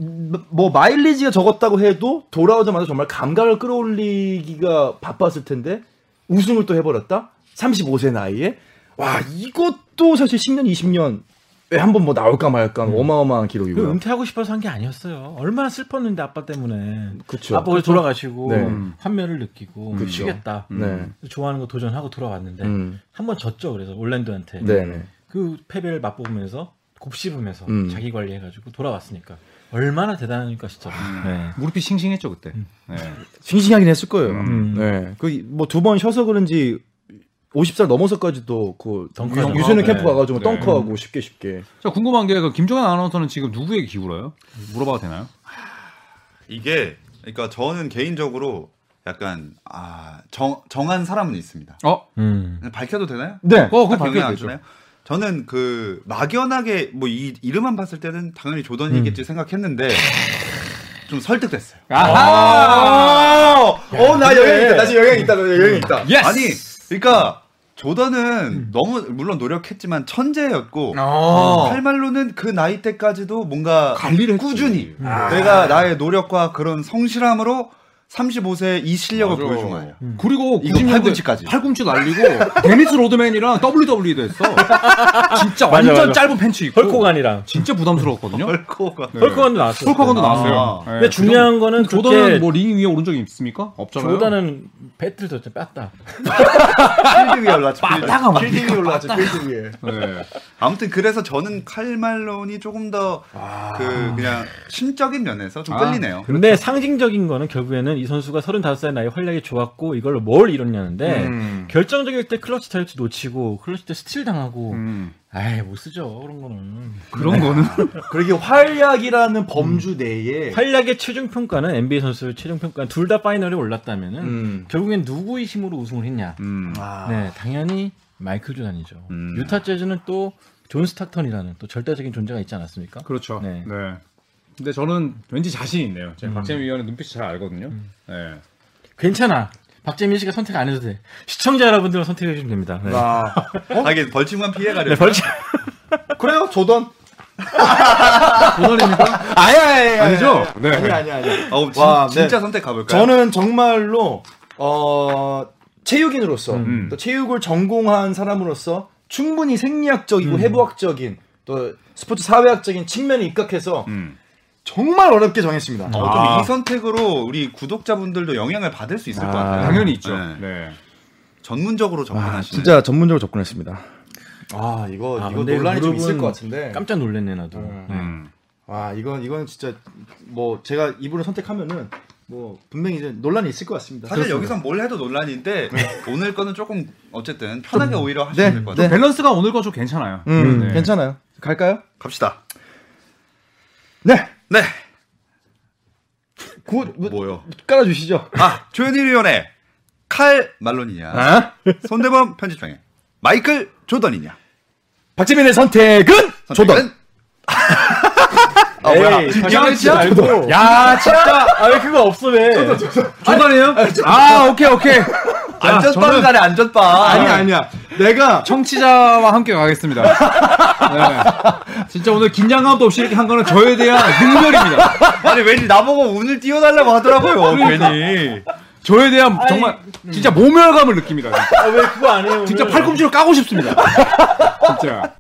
S2: 뭐, 마일리지가 적었다고 해도 돌아오자마자 정말 감각을 끌어올리기가 바빴을 텐데 우승을 또 해버렸다? 35세 나이에? 와, 이것도 사실 10년, 20년 에 한 번 뭐 나올까 말까 하는 어마어마한
S3: 그
S2: 기록이고요.
S3: 은퇴하고 싶어서 한 게 아니었어요. 얼마나 슬펐는데 아빠 때문에.
S2: 그쵸.
S3: 아빠가 돌아가시고
S2: 그렇죠. 네. 음.
S3: 환멸을 느끼고
S2: 그쵸.
S3: 쉬겠다.
S2: 네.
S3: 좋아하는 거 도전하고 돌아왔는데
S2: 음.
S3: 한 번 졌죠. 그래서 올란도한테
S2: 네네.
S3: 그 패배를 맛보면서 곱씹으면서
S2: 음.
S3: 자기 관리해가지고 돌아왔으니까 얼마나 대단하니까 진짜.
S4: 음.
S3: 네.
S4: 무릎이 싱싱했죠 그때.
S1: 음.
S4: 네.
S2: 싱싱하긴 했을 거예요.
S3: 음.
S2: 네. 그 뭐 두 번 쉬어서 그런지 50살 넘어서까지도 그
S3: 덩크하죠.
S2: 유소년
S3: 네.
S2: 캠프 가가지고
S4: 네.
S2: 덩크하고 쉽게 쉽게.
S4: 자 궁금한 게그 김종현 아나운서는 지금 누구에게 기울어요? 물어봐도 되나요?
S1: 이게 그러니까 저는 개인적으로 약간 아, 정, 정한 사람은 있습니다.
S4: 어?
S3: 음.
S1: 밝혀도 되나요?
S2: 네.
S4: 어, 그거
S1: 아,
S4: 밝혀야
S1: 안
S4: 되죠.
S1: 주나요? 저는 그 막연하게 뭐 이 이름만 봤을 때는 당연히 조던이겠지
S4: 음.
S1: 생각했는데 좀 설득됐어요.
S4: 아하. 음.
S2: 어 나 영향 있다. 나 지금 영향 있다. 나 영향 있다.
S4: 예스.
S1: 아니, 그러니까 조던은 너무 물론 노력했지만 천재였고 칼말로는 그 나이 때까지도 뭔가
S4: 아.
S1: 아.
S4: 관리를 했지. 음.
S1: 꾸준히 내가 나의 노력과 그런 성실함으로 35세 이 실력을
S4: 맞아. 음.
S1: 보여준 거 아니야.
S4: 그리고
S1: 이거
S4: 90년대
S1: 팔꿈치까지.
S4: 팔꿈치 날리고 데니스 로드맨이랑 WWE도 했어. 진짜
S3: 맞아,
S4: 완전
S3: 맞아.
S4: 짧은 팬츠 입고
S3: 헐코간이랑
S4: 진짜 부담스러웠거든요.
S1: 헐코가.
S3: 헐코간도 나왔어요.
S4: 폴카건도
S1: 아.
S4: 네. 나왔어요. 예,
S3: 근데 중요한 거는
S4: 조던은
S3: 조던은
S4: 뭐 링 위에 오른 적이 있습니까? 없잖아요.
S3: 조던은 배틀 도대 뺐다.
S1: 필드 위에 올라왔죠. 필드.
S2: 빌딩이 올라왔죠. 빌딩 위에.
S4: 예.
S1: 아무튼 그래서 저는 칼말론이 조금 더 그
S2: 아.
S1: 그냥 심적인 면에서 좀
S4: 아,
S1: 끌리네요.
S3: 근데 상징적인 거는 결국에는 이 선수가 35살 나이 활약이 좋았고 이걸로 뭘 이뤘냐는데 결정적일 때 클러치 타이트 놓치고 클러치 때 스틸 당하고
S4: 음.
S3: 아이 못 쓰죠 그런 거는
S4: 그런 거는
S2: 그러게 활약이라는 범주 내에
S3: 활약의 최종 평가는 NBA 선수의 최종 평가는 둘 다 파이널에 올랐다면은
S2: 음.
S3: 결국엔 누구의 힘으로 우승을 했냐
S4: 음.
S2: 아.
S3: 네 당연히 마이클 조단이죠
S1: 음.
S3: 유타 재즈는 또 존 스타턴이라는 또 절대적인 존재가 있지 않았습니까?
S4: 그렇죠.
S3: 네.
S4: 네. 근데 저는 왠지 자신 있네요. 제가 박재민 위원의 눈빛이 잘 알거든요. 네.
S3: 괜찮아 박재민 씨가 선택 안 해도 돼 시청자 여러분들만 선택해 주시면 됩니다 네.
S2: 아.
S1: 하긴 벌칙만 피해가려.
S3: 네,
S1: 고
S3: 벌칙
S2: 그래요? 조던?
S4: 도전입니까?
S2: 아야, 아야, 아야.
S4: 아니죠? 네.
S2: 아니, 아니, 아니.
S1: 어, 진,
S2: 와, 네.
S1: 진짜 선택 가볼까요?
S2: 저는 정말로 어 체육인으로서 또 체육을 전공한 사람으로서 충분히 생리학적이고 해부학적인 또 스포츠 사회학적인 측면에 입각해서
S1: 음.
S2: 정말 어렵게 정했습니다.
S1: 어, 좀이 선택으로 우리 구독자분들도 영향을 받을 수 있을 것 같아요.
S4: 당연히 있죠.
S1: 네.
S4: 네.
S2: 아,
S1: 전문적으로 접근하시는.
S2: 전문적으로 접근했습니다. 아 이거
S3: 아,
S2: 이거
S3: 근데
S2: 논란이 좀 있을
S3: 무릎은
S2: 것 같은데.
S3: 깜짝 놀랐네 나도 네.
S1: 음.
S2: 와 아, 이건 이건 진짜 뭐 제가 이분을 선택하면은 뭐 분명히 이제 논란이 있을 것 같습니다.
S1: 사실 여기선 뭘 해도 논란인데 오늘 거는 조금 어쨌든 편하게 오히려 하시면
S2: 네,
S1: 될 것
S2: 네.
S1: 같아요.
S4: 밸런스가 오늘 건 좀 괜찮아요.
S2: 음,
S4: 네.
S2: 괜찮아요. 갈까요?
S1: 갑시다.
S2: 네.
S1: 네.
S2: 굿 뭐,
S1: 뭐요?
S2: 깔아주시죠.
S1: 아 조현일 위원의 칼 말론이냐?
S2: 아.
S1: 손대범 편집장의 마이클 조던이냐?
S2: 박재민의 선택은 조던.
S1: 선택은? 아 뭐야?
S4: 진짜
S3: 말고.
S4: 야, 진짜
S3: 아 왜 그거 없어 왜?
S4: 조던이에요? 아, 오케이, 오케이.
S1: 안전빵 가네 안전빵.
S2: 아니 아니야. 내가
S4: 청취자와 함께 가겠습니다. 네. 진짜 오늘 긴장감도 없이 이렇게 한 거는 저에 대한 능멸입니다.
S1: 아니 왠지 나보고 운을 띄워달라고 하더라고요. 괜히.
S4: 어, 저에 대한 정말 진짜 모멸감을 느낍니다.
S3: 아, 왜 그거 안 해요?
S4: 진짜
S3: 오늘?
S4: 팔꿈치로 까고 싶습니다. 진짜.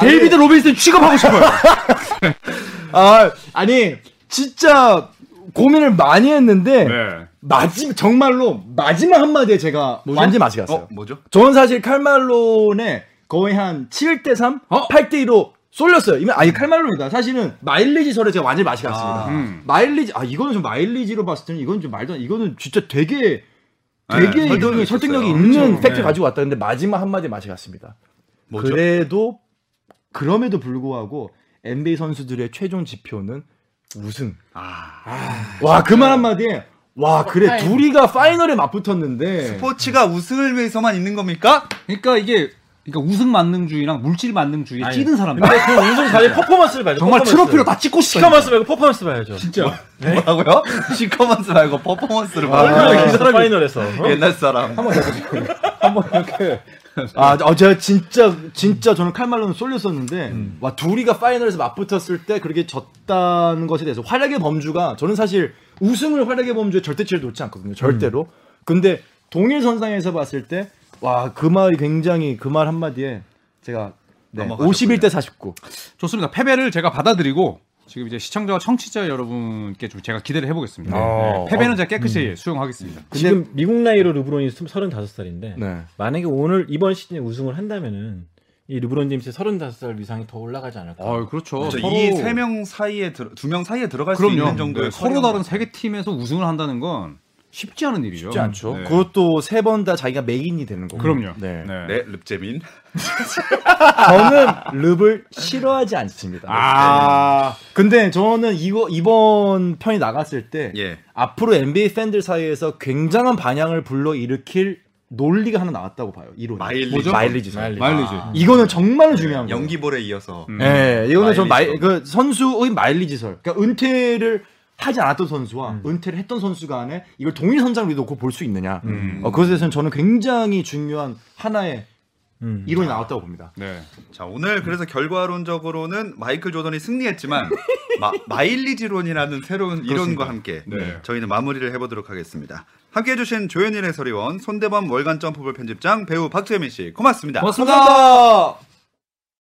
S4: 데이비드 로빈슨 취급하고 싶어요.
S2: 아 아니 진짜 고민을 많이 했는데
S4: 네.
S2: 마지 정말로 마지막 한마디에 제가 완전 맛이 갔어요.
S1: 어 뭐죠?
S2: 저는 사실 칼말론에 거의 한 7대 3,
S4: 어?
S2: 8대 2로 쏠렸어요. 이면 아니 칼말론이다. 사실은 마일리지 설에 제가 완전 맛이 갔습니다.
S4: 음.
S2: 마일리지 아 이거는 좀 마일리지로 봤을 때는 이건 좀 말도 안 이거는 진짜 되게
S1: 네,
S2: 되게
S1: 설득력이
S2: 이거는
S1: 있었어요. 음.
S2: 설득력이 있는
S4: 그쵸,
S2: 팩트
S4: 네.
S2: 가지고 왔다. 근데 마지막 한마디 맛이 갔습니다. 그래도 그럼에도 불구하고 NBA 선수들의 최종 지표는 우승.
S1: 아
S2: 와 그 말 한마디에 와 그래 둘이가 파이널에 맞붙었는데
S1: 스포츠가 우승을 위해서만 있는 겁니까?
S4: 그러니까 이게 그러니까 우승 만능주의랑 물질 만능주의에
S3: 아니,
S4: 찌든 사람들.
S3: 근데 그 우승 사실 퍼포먼스를 봐야죠.
S4: 정말
S3: 퍼포먼스.
S4: 트로피로 다 찍고 싶어.
S3: 퍼포먼스 말고 퍼포먼스 봐야죠.
S4: 진짜.
S1: 뭐라고요? 시커먼스 말고
S4: 아.
S1: 퍼포먼스를 봐.
S3: 얼마나 이 사람 아, 파이널에서. 어?
S1: 옛날 사람.
S2: 아,
S4: 네.
S2: 어, 제가 진짜
S4: 음.
S2: 진짜 저는 칼말로는 쏠렸었는데 와 둘이가 파이널에서 맞붙었을 때 그렇게 졌다는 것에 대해서 활약의 범주가 저는 사실 우승을 활약의 범주에 절대치를 놓지 않거든요. 절대로.
S4: 음.
S2: 근데 동일 선상에서 봤을 때 와 그 말이 굉장히 그 말 한마디에 제가 네,
S1: 넘어가셨군요.
S2: 51대 49.
S4: 좋습니다. 패배를 제가 받아들이고 지금 이제 시청자와 청취자 여러분께 좀 제가 기대를
S1: 아,
S4: 해보겠습니다.
S1: 어.
S4: 네, 패배는 제가 깨끗이
S1: 음.
S4: 수용하겠습니다.
S3: 지금 미국 나이로 르브론이 35살인데
S2: 네.
S3: 만약에 오늘 이번 시즌에 우승을 한다면은 이 르브론 제임스의 35살 위상이 더 올라가지 않을까?
S4: 아, 그렇죠.
S1: 이세 명 사이에 두 명 사이에 들어갈 수
S4: 그럼요.
S1: 있는 정도의
S4: 네, 서로 다른 세 개 팀에서 우승을 한다는 건 쉽지 않은 일이죠. 네. 쉽지 않죠.
S2: 그것도 세 번 다 자기가 메인이 되는 거고.
S4: 그럼요.
S2: 네.
S1: 네, 릅재민.
S2: 저는 릅을 싫어하지 않습니다.
S4: 아,
S2: 근데 저는 이거 이번 편이 나갔을 때
S1: 예.
S2: 앞으로 NBA 팬들 사이에서 굉장한 반향을 불러 일으킬 논리가 하나 나왔다고 봐요. 이론.
S1: 마일리지.
S2: 뭐죠? 마일리지.
S3: 마일리지.
S4: 마일리지.
S2: 이거는 정말 중요한 거예요.
S1: 연기볼에 이어서
S4: 음.
S2: 예, 이거는 전 마이
S1: 마일리지.
S2: 그 선수의 마일리지설. 그러니까 은퇴를 하지 않았던 선수와 은퇴를 했던 선수 간에 이걸 동일 선장으로 놓고 볼 수 있느냐. 어, 그것에 대해서는 저는 굉장히 중요한 하나의
S3: 음.
S2: 이론이 나왔다고 봅니다.
S4: 네.
S1: 자 오늘 그래서 결과론적으로는 마이클 조던이 승리했지만 마, 일리지론이라는 새로운 이론과 함께
S4: 네.
S1: 저희는 마무리를 해보도록 하겠습니다. 함께해 주신 조현일 해설위원, 손대범 월간 점프볼 편집장, 배우 박재민 씨 고맙습니다.
S4: 고맙습니다.